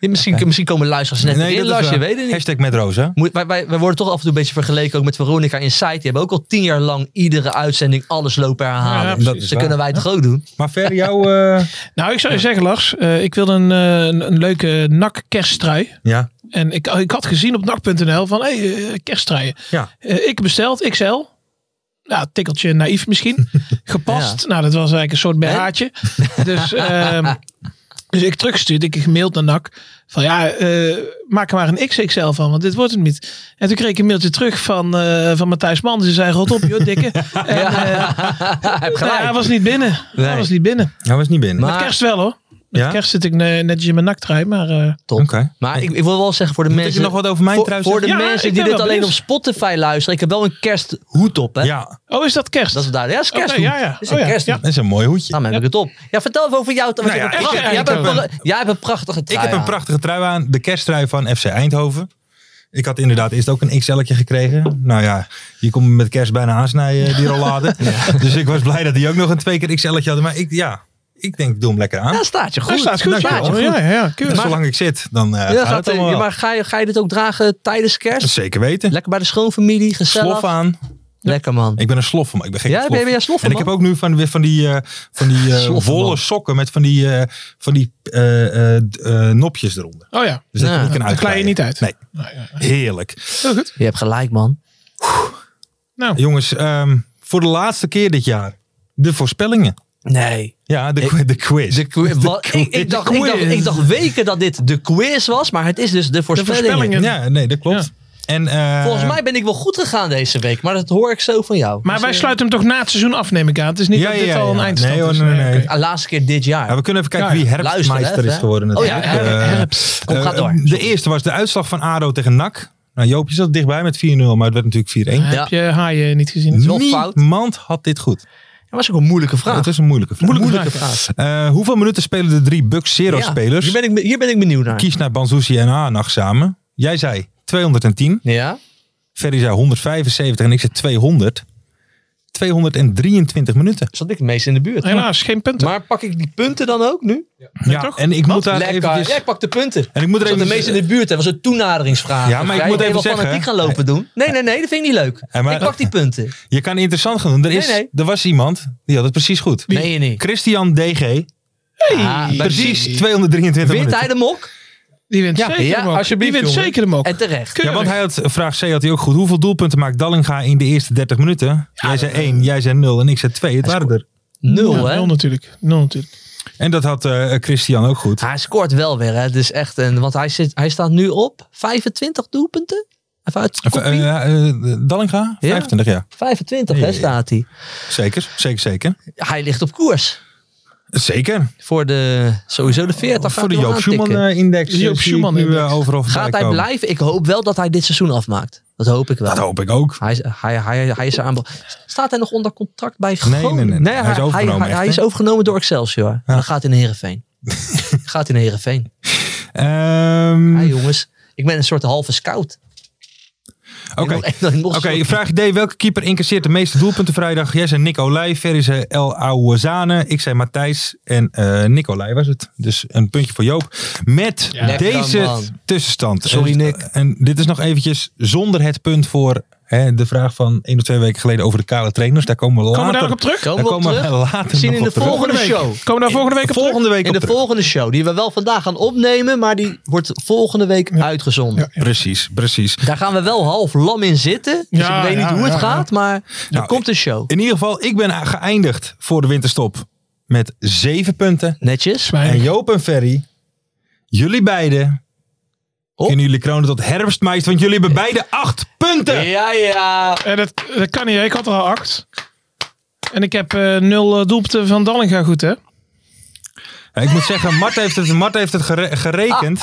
misschien, misschien komen luisteraars net in, Lars, je weet het niet. Hashtag met Rosa. Moet, wij, wij, wij worden toch af en toe een beetje vergeleken ook met Veronica Insight. Die hebben ook al tien jaar lang iedere uitzending alles lopen herhalen. Ja, Dus precies. dat kunnen wij het ook doen. Maar ver jou... eh, Nou, ik zou je zeggen, Lars. eh, ik wilde een, eh, een, een leuke nak kersttrui. Ja. En ik, ik had gezien op nak.nl van, hé, hey, eh, kersttruien. Ja. Eh, ik besteld, XL. Ja, tikkeltje naïef misschien. Gepast. Nou, dat was eigenlijk een soort BH'tje. Dus, ehm, dus ik terugstuurde, ik gemaild naar NAC. Van ja, eh, maak er maar een XXL van, want dit wordt het niet. En toen kreeg ik een mailtje terug van, eh, van Matthijs Man. Ze zei, rot op joh, dikke. En, eh, nou, hij was niet binnen. Hij Nee. was niet binnen. Hij was niet binnen. Met kerst wel hoor. Met Ja? kerst zit ik eh, netjes in mijn naktrui, maar... eh, Top. Maar ik, ik wil wel zeggen voor de Moet ik mensen. nog wat over mijn voor, trui Voor de zeggen? Ja, mensen ik die ben dit wel alleen op benieuwd. Spotify luisteren. Ik heb wel een kersthoed op, hè? Ja. Oh, is dat kerst? Dat is daar. Ja, dat is Oké, kerst. ja, ja. Dat is Oh, een ja. kersthoed. Dat is een mooi hoedje. Nou, dan heb ik het op. Ja, vertel even over jou. want Nou je ja, hebt een ik prachtig- heb jij, hebt een Eindhoven. pra- jij hebt een prachtige trui. Ik heb een aan. prachtige trui aan. De kersttrui van FC Eindhoven. Ik had inderdaad eerst ook een XL'tje gekregen. Nou ja, je komt met kerst bijna aansnijden, die rollade. Dus ik was blij dat die ook nog een twee keer XL'tje hadden. Maar ik, ja, ik denk, ik doe hem lekker aan. Ja, staat je goed. Hij staat goed, Staat je ja. Ja, goed. ja, keurig. Dus Maar- zolang ik zit, dan eh Ja, gaat, gaat, het allemaal ja, wel. maar ga je, ga je dit ook dragen tijdens kerst? Zeker weten. Lekker bij de schoonfamilie, gezellig. Slof aan. Lekker man. Ik ben een slof, man. Ik ben gek Ja, op ben jij- ben jij sloffen, En ik man? heb ook nu van, weer van die, eh, van die eh, Sloffen, man. wollen sokken met van die, eh, van die eh, eh, d- eh, nopjes eronder. Oh ja. Dus dat je Ja. niet kan Dat glij uitglijden. je niet uit. Ah, Nee. Heerlijk. Heel goed. Je hebt gelijk, man. Nou. Jongens, ehm, voor de laatste keer dit jaar. De voorspellingen. Nee. Ja, de, qui- de quiz. De quiz. Ik, ik, dacht, ik, dacht, ik dacht weken dat dit de quiz was, maar het is dus de voorspellingen. Ja, nee, dat klopt. En, eh, Volgens mij ben ik wel goed gegaan deze week, maar dat hoor ik zo van jou. Dus, eh, Maar wij sluiten hem toch na het seizoen af, neem ik aan. Het is niet Ja, dat dit ja, al een ja. eindstand Nee, hoor, is. nee, nee. oké. Ah, laatste keer dit jaar. Ja, we kunnen even kijken Ja, ja. wie Luister herfstmeister even, is geworden. hè. Oh ja, natuurlijk. her- Eh, herfst. Kom, eh, ga door. De eerste was de uitslag van ADO tegen NAC. Nou, Joopje zat dichtbij met 4-0, maar het werd natuurlijk 4-1. Heb je haaien niet gezien? Niemand had dit goed. Dat was ook een moeilijke vraag. Het is een moeilijke vraag. Moeilijke vraag. Eh, hoeveel minuten spelen de drie Bucks Ja, Zero-spelers? hier, ben ik, hier ben ik benieuwd naar. Kies naar Banzuzi en Aanag samen. Jij zei 210. Ja. Ferry zei 175 en ik zei 200. 223 minuten. Zat ik het meest in de buurt. Helaas, geen punten. Maar pak ik die punten dan ook nu? Ja, en ik moet daar Lekker. eventjes... Ja, ik pak de punten. En ik moet er Zat de eventjes- meest in de buurt. Dat was een toenaderingsvraag. Ja, maar ik Jij moet bent even wel zeggen, fanatiek hè? gaan lopen doen. Nee, nee, nee. Dat vind ik niet leuk. Ja, maar- Ik pak die punten. Je kan het interessant gaan doen. Er, is, Nee, nee. er was iemand die had het precies goed. Meen je niet? Christian DG. Ah, precies die- 223 Wint minuten. hij de mok? Die wint Ja, zeker ja, hem ook. alsjeblieft, Die wint jongen. zeker hem ook. En terecht. Ja, want hij had, vraag C had hij ook goed. Hoeveel doelpunten maakt Dallinga in de eerste 30 minuten? jij eh, zei 1, jij zei 0 en ik zei 2. Het waren er. Nul, Ja, hè? Nul natuurlijk. Nul natuurlijk. En dat had eh, Christian ook goed. Hij scoort wel weer, hè. Het is echt een... Want hij, zit, hij staat nu op 25 doelpunten. Even uit de kopie. Eh, eh, Dallinga? 25, ja. 25, hè, staat hij. Zeker, zeker, zeker. Hij ligt op koers. Zeker. Voor de, sowieso de 40. gaat Oh, Voor de hij wel Joop Schumann aantikken. eh, index. De Joop eh, zie Schumann ik nu, eh, index. overal voorbij Gaat hij komen. blijven? Ik hoop wel dat hij dit seizoen afmaakt. Dat hoop ik wel. Dat hoop ik ook. Hij, is- hij, hij, hij is aan. Staat hij nog onder contract bij nee, Groningen? nee, nee. Hij is overgenomen Hij, echt, hij hè? is overgenomen door Excelsior. En Dan gaat hij naar Heerenveen. gaat hij naar Heerenveen. Ehm, Hey, jongens, ik ben een soort halve scout. Oké, En dan- en nog Oké, zo'n- vraag D. Welke keeper incasseert de meeste doelpunten vrijdag? Jij zei Nico Leij, Ferry zei El Ouazane, ik zei Matthijs en eh Nico Leij was het. Dus een puntje voor Joop. Met Ja. deze Lekker, man. tussenstand. Sorry, En- Nick. En dit is nog eventjes zonder het punt voor hè, de vraag van één of twee weken geleden over de kale trainers. Daar komen we later Komen we daar nog op terug? Daar komen we later We zien nog in de op terug. volgende show. Komen we daar volgende week op terug? Volgende week In op de terug. volgende show, die we wel vandaag gaan opnemen, maar die wordt volgende week uitgezonden. Precies, precies. Daar gaan we wel half lam in zitten. Dus Ja, ik weet niet ja, hoe het ja, ja. gaat, maar er Nou, komt een show. In ieder geval, ik ben geëindigd voor de winterstop met zeven punten. Netjes. En Joop en Ferry, jullie beiden kunnen jullie kronen tot herfstmeist, want jullie hebben beide acht punten. Ja, ja. En dat, dat kan niet. hè. Ik had er al acht. En ik heb eh, nul eh, doelpunten van Dallinga goed, hè? Ik moet zeggen, Mart heeft het, Mart heeft het gere- gerekend.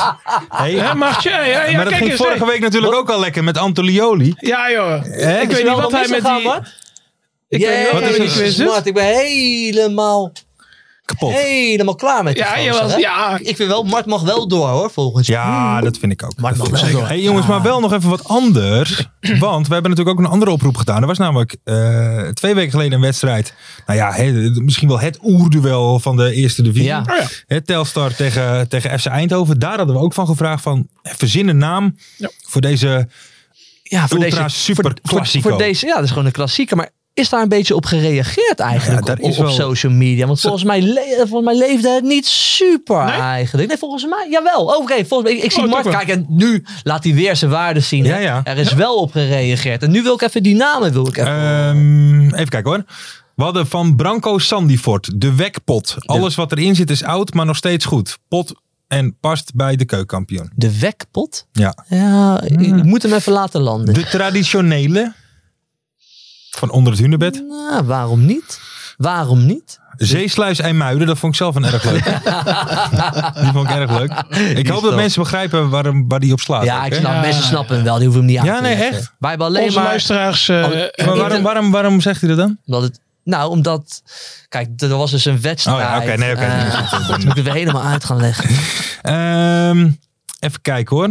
Hey, Ja, Martje, ja, ja, maar dat kijk ging eens, vorige hey. week natuurlijk ook al lekker met Antolioli. Ja, joh. Eh, ik is weet niet wel wat wat hij met die... Ik Ik weet niet wat hij met die quiz doet. Ik ben helemaal... kapot. helemaal klaar met die Ja, gozer, jawel, hè? ja. Ik vind wel, Mart mag wel door hoor, volgens Ja, dat vind ik ook. Hmm. Mart Dat mag vind ik wel zeker. door. Hey, jongens, maar wel nog even wat anders. Want we hebben natuurlijk ook een andere oproep gedaan. Er was namelijk eh, twee weken geleden een wedstrijd. Nou ja, hè, misschien wel het oerduel van de eerste divisie. Ja. Oh ja. Hè, Telstar tegen, tegen FC Eindhoven. Daar hadden we ook van gevraagd van eh, verzin een naam voor deze ja, voor ultra deze, super voor- voor, klassico. voor deze, ja, dat is gewoon een klassieker. Maar is daar een beetje op gereageerd eigenlijk daar op, is op wel- social media? Want volgens mij, le- volgens mij leefde het niet super eigenlijk. Nee, volgens mij, jawel. Oké, volgens mij, ik, ik zie Oh, Mart toch wel. kijken en nu laat hij weer zijn waarde zien. hè? Er is wel op gereageerd. En nu wil ik even die namen wil ik even. Ehm, even kijken hoor. We hadden van Branco Sandifort, de wekpot. Alles wat erin zit is oud, maar nog steeds goed. Pot en past bij de keukenkampioen. De wekpot? Ja. Ja, ik- ik moet hem even laten landen. Hmm. De traditionele? Van onder het hunebed? Nou, waarom niet? Waarom niet? Zeesluis en Muiden, dat vond ik zelf een erg leuk. die vond ik erg leuk. Ik hoop dat top. mensen begrijpen waar, waar die op slaat. Ja, ook, ik hè? snap, mensen snappen hem wel. Die hoeven hem niet aan Ah, Ja, te nee, leggen. echt. Wij hebben alleen Onze maar... Oh, luisteraars, eh, Al- eh, Maar waarom- Inter- waarom, waarom zegt hij dat dan? Omdat het, nou, omdat... Kijk, er was dus een wedstrijd. Oh ja, oké, nee, oké. Eh, dat moet ik er helemaal uit gaan leggen. Ehm, even kijken hoor.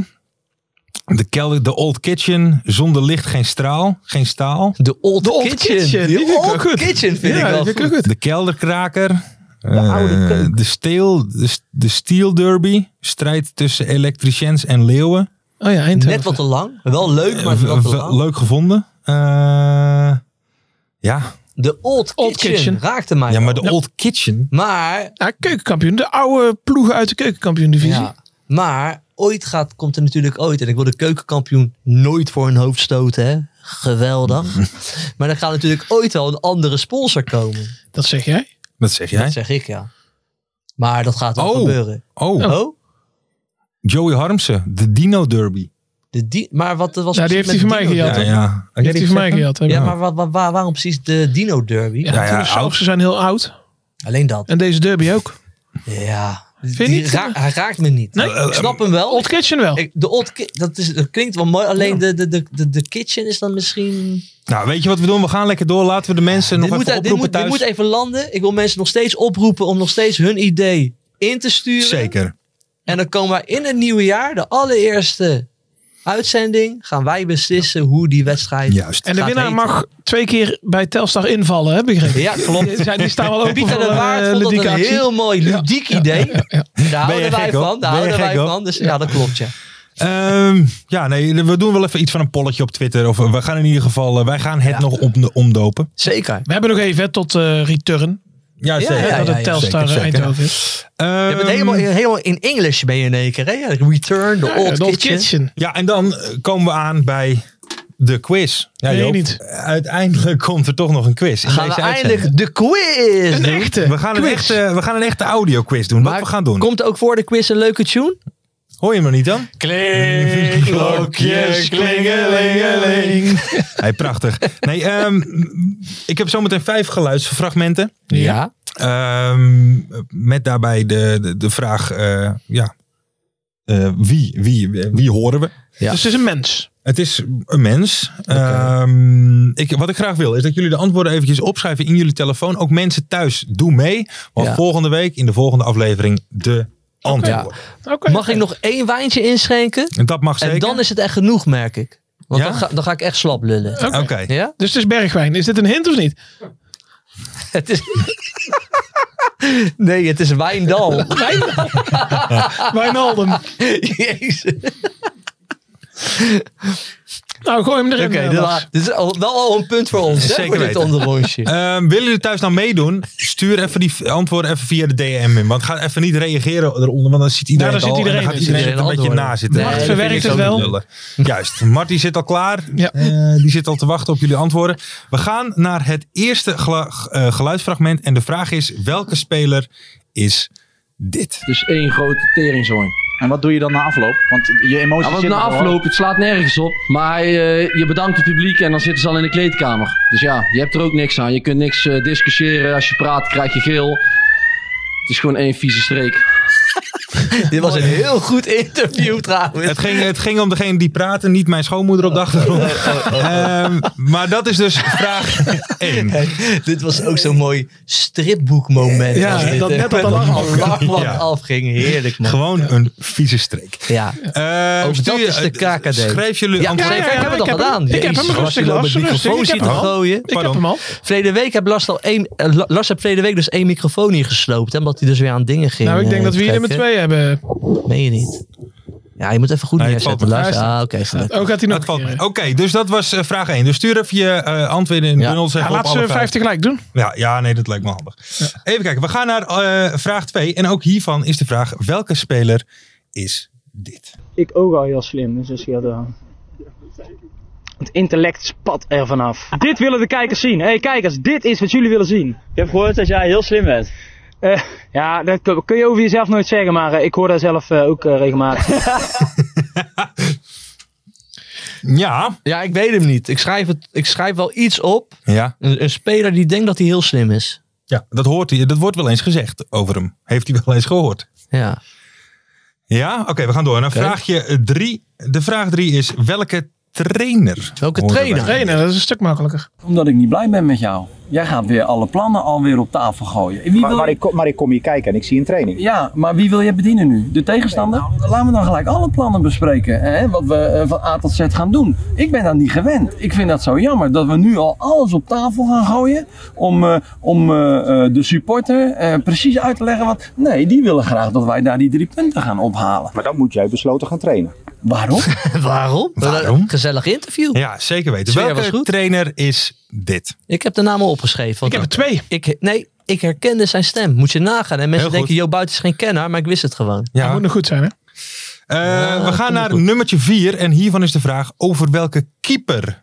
De kelder, de old kitchen, zonder licht geen straal, geen staal. De old, de kitchen. kitchen, die vind ik ook goed. Ja, eh, die vind ik ook De kelderkraker. De, de, steel, de, s- de steel derby. Strijd tussen elektriciens en leeuwen. Oh ja, Net wat te lang. Wel leuk, maar Eh, wel te v- lang. Leuk gevonden. Eh, ja. De Old Kitchen, Kitchen. raakte mij. Ja, maar wel. de Old Kitchen. Maar... Ja, keukenkampioen. De oude ploegen uit de keukenkampioen-divisie. Ja, maar ooit gaat, komt er natuurlijk ooit. En ik wil de keukenkampioen nooit voor een hoofd stoten. Hè? Geweldig. maar er gaat natuurlijk ooit wel een andere sponsor komen. Dat zeg jij? Dat zeg jij? Dat zeg ik, ja. Maar dat gaat wel Oh. gebeuren. Oh. Joey Harmsen, de Dino Derby. De di maar wat was Nou, die heeft hij precies van met mij de Dino gejat. Ja, hoor. ja. Die heeft hij van mij gejat. hè? Ja, maar wa- wa- wa- waarom precies de Dino Derby? Ja, natuurlijk, Ze zijn heel oud. Alleen dat. En deze derby ook. Ja. je Die niet? eh, raak- hij raakt me niet. ik snap hem wel. Old Kitchen wel. de Old Ki- dat, is, dat klinkt wel mooi. Alleen de, de, de, de, de Kitchen is dan misschien... Nou, weet je wat we doen? We gaan lekker door. Laten we de mensen nog dit, moet, even dit, oproepen moet, dit thuis. moet even landen. Ik wil mensen nog steeds oproepen om nog steeds hun idee in te sturen. Zeker. En dan komen wij in het nieuwe jaar, de allereerste uitzending, gaan wij beslissen hoe die wedstrijd Juist. En de winnaar mag twee keer bij Telstar invallen, hè, begreep ik? Ja, klopt. Die, zijn- die staan wel open Oh, Pieter voor de Waard eh, vond dat ludieke een actie. heel mooi ludiek idee. Daar Ben je houden wij gek, hoor? van. Daar Ben je houden wij gek, hoor? van. Dus ja, dat klopt, ja. Ehm, ja, nee, we doen wel even iets van een polletje op Twitter. Of we gaan in ieder geval, eh, wij gaan het nog om, omdopen. Zeker. We hebben nog even hè, tot eh, return. Ja, zeker. dat ja, het ja, Telstar eh, zeker, Ehm, zeker. Eindhoven is. eh, Je bent helemaal, helemaal in Engels ben je in één keer. Hè? Ja, Return, the Ja, old, de Old kitchen. Kitchen. Ja, en dan eh, komen we aan bij de quiz. Ja, Nee, Joop, niet. Uiteindelijk komt er toch nog een quiz. in Gaan we deze eindelijk uitzending. de quiz doen. We gaan, een echte, we gaan een echte audio quiz doen. Wat we gaan doen. Komt ook voor de quiz een leuke tune? Hoor je hem nog niet dan? Klokjes klingelingeling. Hey, prachtig. Nee, ehm, ik heb zometeen vijf geluidsfragmenten. Ja. Ehm, met daarbij de, de, de vraag, eh, ja, eh, wie, wie, wie horen we? Dus het is een mens. Het is een mens. Ehm, ik, wat ik graag wil is dat jullie de antwoorden eventjes opschrijven in jullie telefoon. Ook mensen thuis, doe mee. Want Ja. volgende week in de volgende aflevering de antwoorden. Mag ik nog één wijntje inschenken? Dat mag zeker. En dan is het echt genoeg, merk ik. Want Ja? dan, ga, dan ga ik echt slap lullen. Oké. Ja? Dus het is bergwijn. Is dit een hint of niet? Het is... nee, het is Wijndal. Ah. Wijnaldum. Jezus. Nou, gooi hem erin. Oké, eh, dit Bas. wa- dit is al, wel al een punt voor ons. Hè, voor dit onderrondje. Ehm, willen jullie thuis nou meedoen? Stuur even die v- antwoorden even via de DM in. Want ga even niet reageren eronder, want dan ziet iedereen Ja, dan het zit al iedereen en dan het. gaat iedereen het een Iedereen beetje na antwoorden. zitten. Nee, Mart dat verwerkt vind ik het ook wel. niet lullen. Juist, Mart die zit al klaar. Eh, die zit al te wachten op jullie antwoorden. We gaan naar het eerste gela- eh, geluidsfragment. En de vraag is, welke speler is dit? Dus één grote teringzooi. En wat doe je dan na afloop? Want je emoties Ja, want Nou, na afloop, het slaat nergens op. Maar eh, je bedankt het publiek en dan zitten ze al in de kleedkamer. Dus ja, je hebt er ook niks aan. Je kunt niks eh, discussiëren. Als je praat, krijg je geel. Het is gewoon één vieze streek. Dit was een heel goed interview trouwens. Het ging, het ging om degene die praten, niet mijn schoonmoeder op de achtergrond. Ehm, maar dat is dus vraag 1. dit was ook zo'n mooi stripboekmoment. Ja, was dit, dat hè? net dat de lach afging. lachband Ja. afging. Heerlijk man. Gewoon een vieze streek. Ja. Ehm, Ook stuur dat je- is de KKD. Schrijf jullie ja, antwoorden- nee, ik heb het al Oh, ik heb gedaan. hem- ik heb hem Jezus, rustig, was je dan Lars, met rustig. microfoon Ik heb zitten hem al. gooien. Ik heb Pardon. hem al. Verleden week heb Lars al één... eh, La- Lars heb verleden week dus één microfoon hier gesloopt. Hè, omdat hij dus weer aan dingen ging. nou, ik denk eh, dat we hier nummer trekken. twee hebben. Meen je niet? Ja, je moet even goed Nee, neerzetten. valt me. Lars. Ah, oké. gelukkig. Ook Oh, gaat hij nog. Oké, dus dat was eh, vraag 1. Dus stuur even je eh antwoorden in bundels. Ja, en laat ze 50 gelijk doen. Ja, ja, nee, dat lijkt me handig. Even kijken, we gaan naar eh, vraag 2. En ook hiervan is de vraag, welke speler is... Ik ook al heel slim, dus is heel de... Het intellect spat er vanaf. Dit willen de kijkers zien. Hé hey, kijkers, dit is wat jullie willen zien. Ik heb gehoord dat jij heel slim bent. ja, dat kun- kun je over jezelf nooit zeggen, maar eh, ik hoor daar zelf eh, ook eh, regelmatig. Ja. Ja, ik weet hem niet. Ik schrijf, het, ik schrijf wel iets op. Ja. Een, een speler die denkt dat hij heel slim is. Ja, dat, hoort, hij- dat wordt wel eens gezegd over hem. Heeft hij wel eens gehoord. Ja. Ja, oké, we gaan door. Nou, Oké. vraagje 3. De vraag 3 is, welke trainer... Welke Trainer, dat is een stuk makkelijker. Omdat ik niet blij ben met jou. Jij gaat weer alle plannen alweer op tafel gooien. En Wie Maar, wil maar je- ik, kom- maar ik kom hier kijken en ik zie een training. Ja, maar wie wil je bedienen nu? De tegenstander? nou- Laten we dan gelijk alle plannen bespreken. Hè? Wat we eh, van A tot Z gaan doen. Ik ben dat niet gewend. Ik vind dat zo jammer dat we nu al alles op tafel gaan gooien. Om, eh, om eh, eh, de supporter eh, precies uit te leggen wat. Nee, die willen graag dat wij daar die drie punten gaan ophalen. Maar dan moet jij besloten gaan trainen. Waarom? Waarom? Waarom? Gezellig interview. Ja, zeker weten. Welke trainer is dit? Ik heb de naam al opgeschreven. Ik heb er twee. Ik, nee, ik herkende zijn stem. Moet je nagaan. En mensen Heel goed. denken, joh, buiten is geen kenner, maar ik wist het gewoon. Ja. Hij moet nog goed zijn, hè? Eh, we gaan naar nummertje 4. En hiervan is de vraag over welke keeper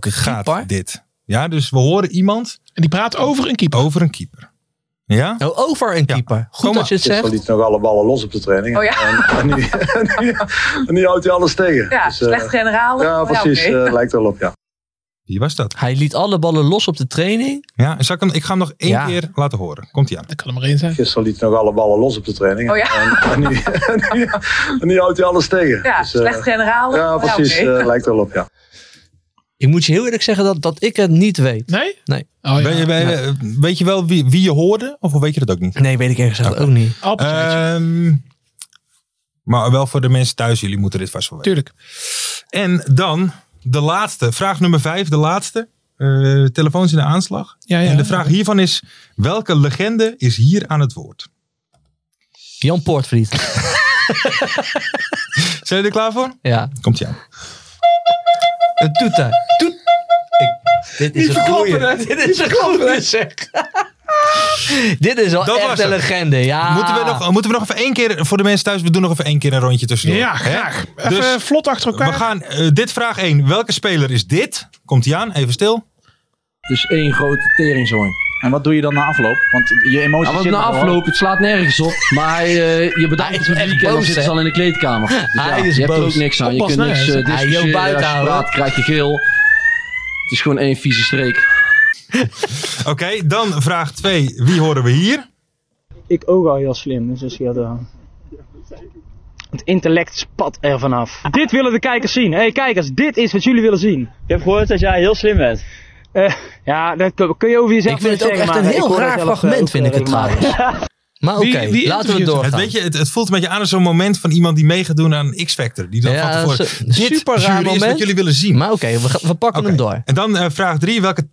gaat dit? Ja, dus we horen iemand... En die praat over een keeper. Over een keeper. Ja? Oh, over een keeper. Goed dat je het Gisteren zegt. liet hij nog alle ballen los op de training. Oh ja. en, en, nu, en, nu, en nu houdt hij alles tegen. Ja, eh, slecht generalen. Ja, Maar ja, precies. oké. eh, lijkt wel op, ja. Wie was dat? Hij liet alle ballen los op de training. Ja, en zal ik, hem, ik ga hem nog één Ja. keer laten horen. Komt hij aan. Dat kan er maar één zijn. Gisteren liet hij nog alle ballen los op de training. Oh ja. en, en, nu, en, nu, en nu houdt hij alles tegen. Ja, eh, slecht generalen. Ja, Maar ja, precies. oké. eh, lijkt wel op, ja. Ik moet je heel eerlijk zeggen dat, dat ik het niet weet. Nee? Oh, Nee. Ben je- eh, ben je- Weet je wel wie, wie je hoorde? Of weet je dat ook niet? Nee, weet ik ergens ook niet. Ehm, maar wel voor de mensen thuis. Jullie moeten dit vast wel weten. Tuurlijk. En dan de laatste. Vraag nummer vijf. De laatste. Eh, telefoons in de aanslag. Ja, ja. en de vraag hiervan is. Welke legende is hier aan het woord? Jan Poortvliet. Zijn jullie er klaar voor? Ja. Komt Jan. Een toeter. Toet. Ik, dit is Niet een verklappen, goeie. hè? Dit is een goeie, zeg. dit is wel Dat was echt een hem. legende. Ja. Moeten, we nog, moeten we nog even één keer, voor de mensen thuis, we doen nog even één keer een rondje tussendoor. Ja, Hè? Dus graag. Even vlot achter elkaar. We gaan, eh, dit vraag 1. Welke speler is dit? Komt hij aan, even stil. Dus één grote teringzooi. En wat doe je dan na afloop? Want je emoties Ja, want zitten na er wel. afloop, het slaat nergens op. Maar eh, je bedankt het publiek en dan boos, zitten ze hè? al in de kleedkamer. Dus ja, Hij is je hebt er boos. ook niks aan. Je Oppas kunt nou, niks hè. eh, Hij wil discussiëren. Als buiten je houden. praat, krijg je geel. Het is gewoon één vieze streek. Oké, dan vraag 2. Wie horen we hier? ik ook al heel slim, dus is heel de... Het intellect spat er vanaf. Dit willen de kijkers zien. Hé hey, kijkers, dit is wat jullie willen zien. Ik heb gehoord dat jij heel slim bent. ja, dat kun- kun je over jezelf Ik vind nooit het ook zeggen, echt een maar, eh, ik heel hoor raar dat zelf, eh, fragment, ook, vind eh, ik het regelmatig. trouwens. Maar oké, laten we doorgaan. Het, weet je, het, het voelt een beetje aan als zo'n moment van iemand die mee gaat doen aan X-Factor. Die dan Ja, van dat tevoren, is een dit super raar jury is wat moment. jullie willen zien. Maar oké, we, gaan- we pakken hem door. En dan eh, vraag 3. Welke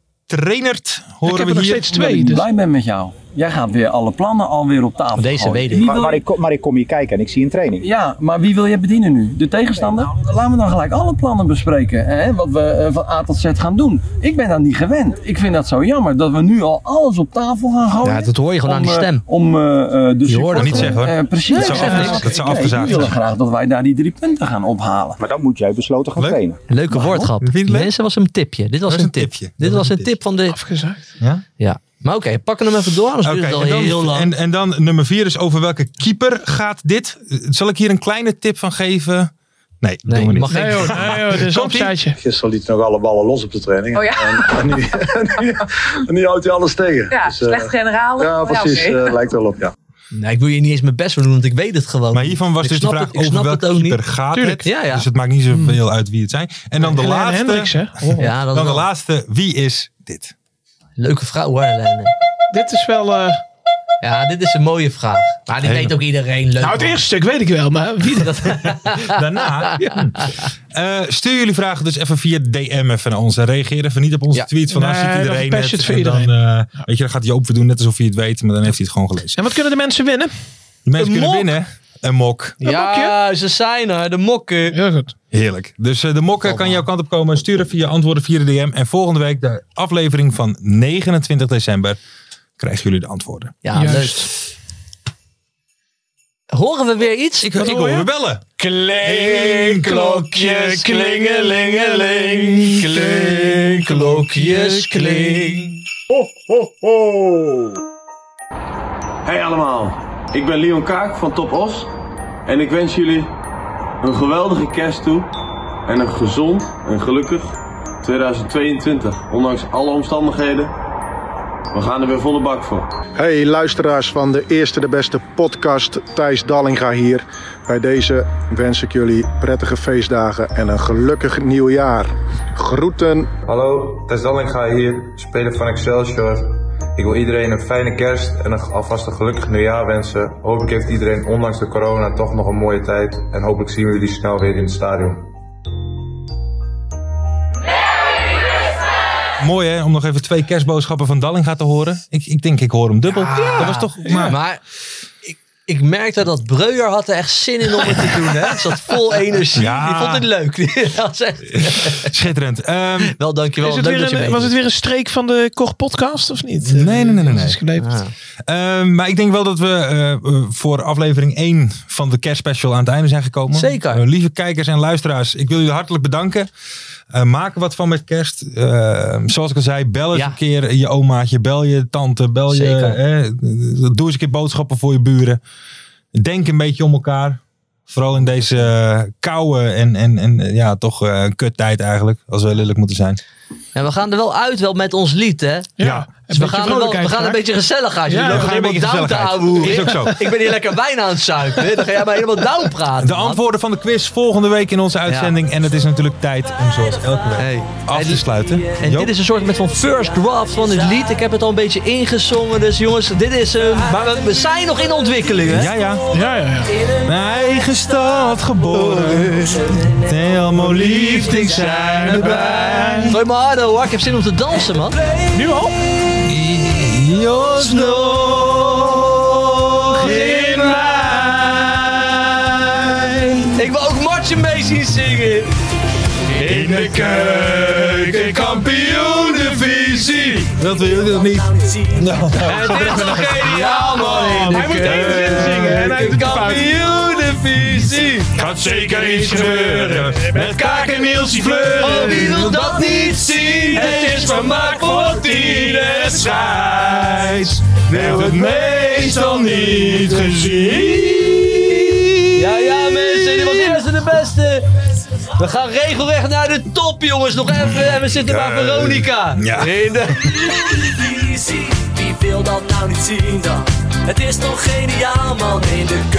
trainert horen we hier? Omdat ik niet dus- blij ben met jou. Jij gaat weer alle plannen alweer op tafel gooien. Wie Maar, wil maar je- ik, kom- maar ik kom hier kijken en ik zie een training. Ja, maar wie wil je bedienen nu? De tegenstander? Laten we dan gelijk alle plannen bespreken. Hè? Wat we eh, van A tot Z gaan doen. Ik ben dat niet gewend. Ik vind dat zo jammer dat we nu al alles op tafel gaan gooien. Ja, dat hoor je gewoon om, aan die eh, stem. Om eh, eh, de Je hoort het supporter, niet zeggen, hoor. eh, precies. Nee, te dat zou zeggen, afgezaagd- dat zou oké, afgezaagd Die willen zijn. graag dat wij daar die drie punten gaan ophalen. Maar dan moet jij besloten gaan trainen. Leuke woordgrap. Mensen was een tipje. Dit was, Dat is een een tipje. Dit was een tip van de... Afgezaagd. Ja? Ja. Maar oké, pakken hem even door. Anders duurt Oké, het al en, dan- heel lang. en, en dan nummer 4 is over welke keeper gaat dit? Eh, Zal ik hier een kleine tip van geven? Nee, dat doen we niet. mag Nee hoor, nee hoor, dit is een Komt-ie? opzijdje. Gisteren liet hij nog alle ballen los op de training. Oh ja. en, en, nu, en, nu, en nu houdt hij alles tegen. Ja, eh, slecht generalen. Ja, Maar ja, precies. oké. eh, lijkt wel op, ja. Nee, ik wil je niet eens mijn best voor doen, want ik weet het gewoon. Maar hiervan was Ik dus de snap vraag het- ik over snap welke het ook niet. keeper gaat Tuurlijk, het. Ja, ja. Hmm. Dus het maakt niet zoveel uit wie het zijn. En dan de Helene laatste. Hendricks, hè? Oh. Ja, dat dan de wel. laatste. Wie is dit? Leuke vrouw, hoor, Helene. Dit is wel... eh, Ja, dit is een mooie vraag. Maar die Hele- weet ook iedereen leuk. nou, het man. eerste stuk weet ik wel, maar wie dat... Daarna. Eh, stuur jullie vragen dus even via DM even naar ons. En reageer even niet op onze tweets. Van daar Nee, ziet dan iedereen verpest je het voor En dan, iedereen. eh, Weet je, dan gaat Joop weer doen net alsof hij het weet. Maar dan heeft hij het gewoon gelezen. En wat kunnen de mensen winnen? De mensen Een kunnen mok? winnen. Een mok. Ja, ze zijn er, de mokken. Ja, goed. Heerlijk. Dus eh, de mokken Oh, kan jouw kant op komen. Stuur even je antwoorden via de DM. En volgende week, de aflevering van 29 december, krijgen jullie de antwoorden. Ja, leuk. Horen we weer iets? Ik, ik hoor weer bellen. Klinkklokjes, klingelingeling. Klinkklokjes, kling. Ho, ho, ho. Hey allemaal, ik ben Leon Kaak van Top Os. En ik wens jullie een geweldige kerst toe. En een gezond en gelukkig 2022. Ondanks alle omstandigheden. We gaan er weer volle bak voor. Hey luisteraars van de Eerste de Beste podcast, Thijs Dallinga hier. Bij deze wens ik jullie prettige feestdagen en een gelukkig nieuwjaar. Groeten. Hallo, Tess Dallinga hier, speler van Excelsior. Ik wil iedereen een fijne kerst en een, alvast een gelukkig nieuwjaar wensen. Hopelijk heeft iedereen ondanks de corona toch nog een mooie tijd. En hopelijk zien we jullie snel weer in het stadion. Mooi hè, om nog even twee kerstboodschappen van Dallinga te horen. Ik, ik denk, ik hoor hem dubbel. Dat was toch... Maar, ik, ik merkte dat Breuer had er echt zin in om het te doen. Hè? Zat vol energie. Ja. Die vond het leuk. Die was echt- Schitterend. wel, dankjewel. Is het Leuk weer dat je een- mee was doet. het weer een streek van de Koch podcast of niet? Eh, dus Nee, nee, nee. nee, is nee. Dus Ehm, maar ik denk wel dat we eh, eh, voor aflevering 1 van de kerstspecial aan het einde zijn gekomen. Zeker. lieve kijkers en luisteraars, ik wil jullie hartelijk bedanken. Eh, maak er wat van met kerst. Eh, zoals ik al zei, bel eens een keer je omaatje, bel je tante, bel je... Zeker. eh, doe eens een keer boodschappen voor je buren. Denk een beetje om elkaar. Vooral in deze eh, koude en, en, en eh, ja, toch eh, een kut tijd eigenlijk. Als we lelijk moeten zijn. Ja, we gaan er wel uit wel met ons lied, hè? Ja. Dus we gaan, er wel, we gaan een beetje gezellig aan. Jullie Ja, we lopen gaan een helemaal beetje down te gezelligheid. ouwe. Is ook zo. Ik ben hier lekker wijn aan het zuipen. hè. Dan ga jij maar helemaal down praten. De antwoorden van de quiz volgende week in onze uitzending. En het is natuurlijk tijd om zoals elke week af te sluiten. En Joop? dit is een soort met van first draft van het lied. Ik heb het al een beetje ingezongen. Dus jongens, dit is hem. Maar we, we zijn nog in ontwikkeling, hè? Ja, ja. Ja, ja, Mijn eigen stad geboren. Helemaal liefding zijn erbij. Gooi maar harder hoor. Ik heb zin om te dansen, man. Nu al? Jos nog in mij. Ik wil ook Martje mee zien zingen. In de keuken, kampioenenvisie. Dat wil je toch niet? Nou, Het is toch geniaal, man. Hij moet één zin zingen en hij doet de fout. Kampioenenvisie. Gaat zeker iets gebeuren. Met kaak en Nielsie Fleuren. Oh, wie wil dat niet zien? Het is vermaakt voor tien en scheids. Wil het meestal niet gezien. Ja, ja, mensen. Dit was eerst en de beste. We gaan regelrecht naar de top, jongens. Nog even. En we zitten bij Veronica. Ja. In de- Wie wil dat nou niet zien dan? Het is toch geniaal man in de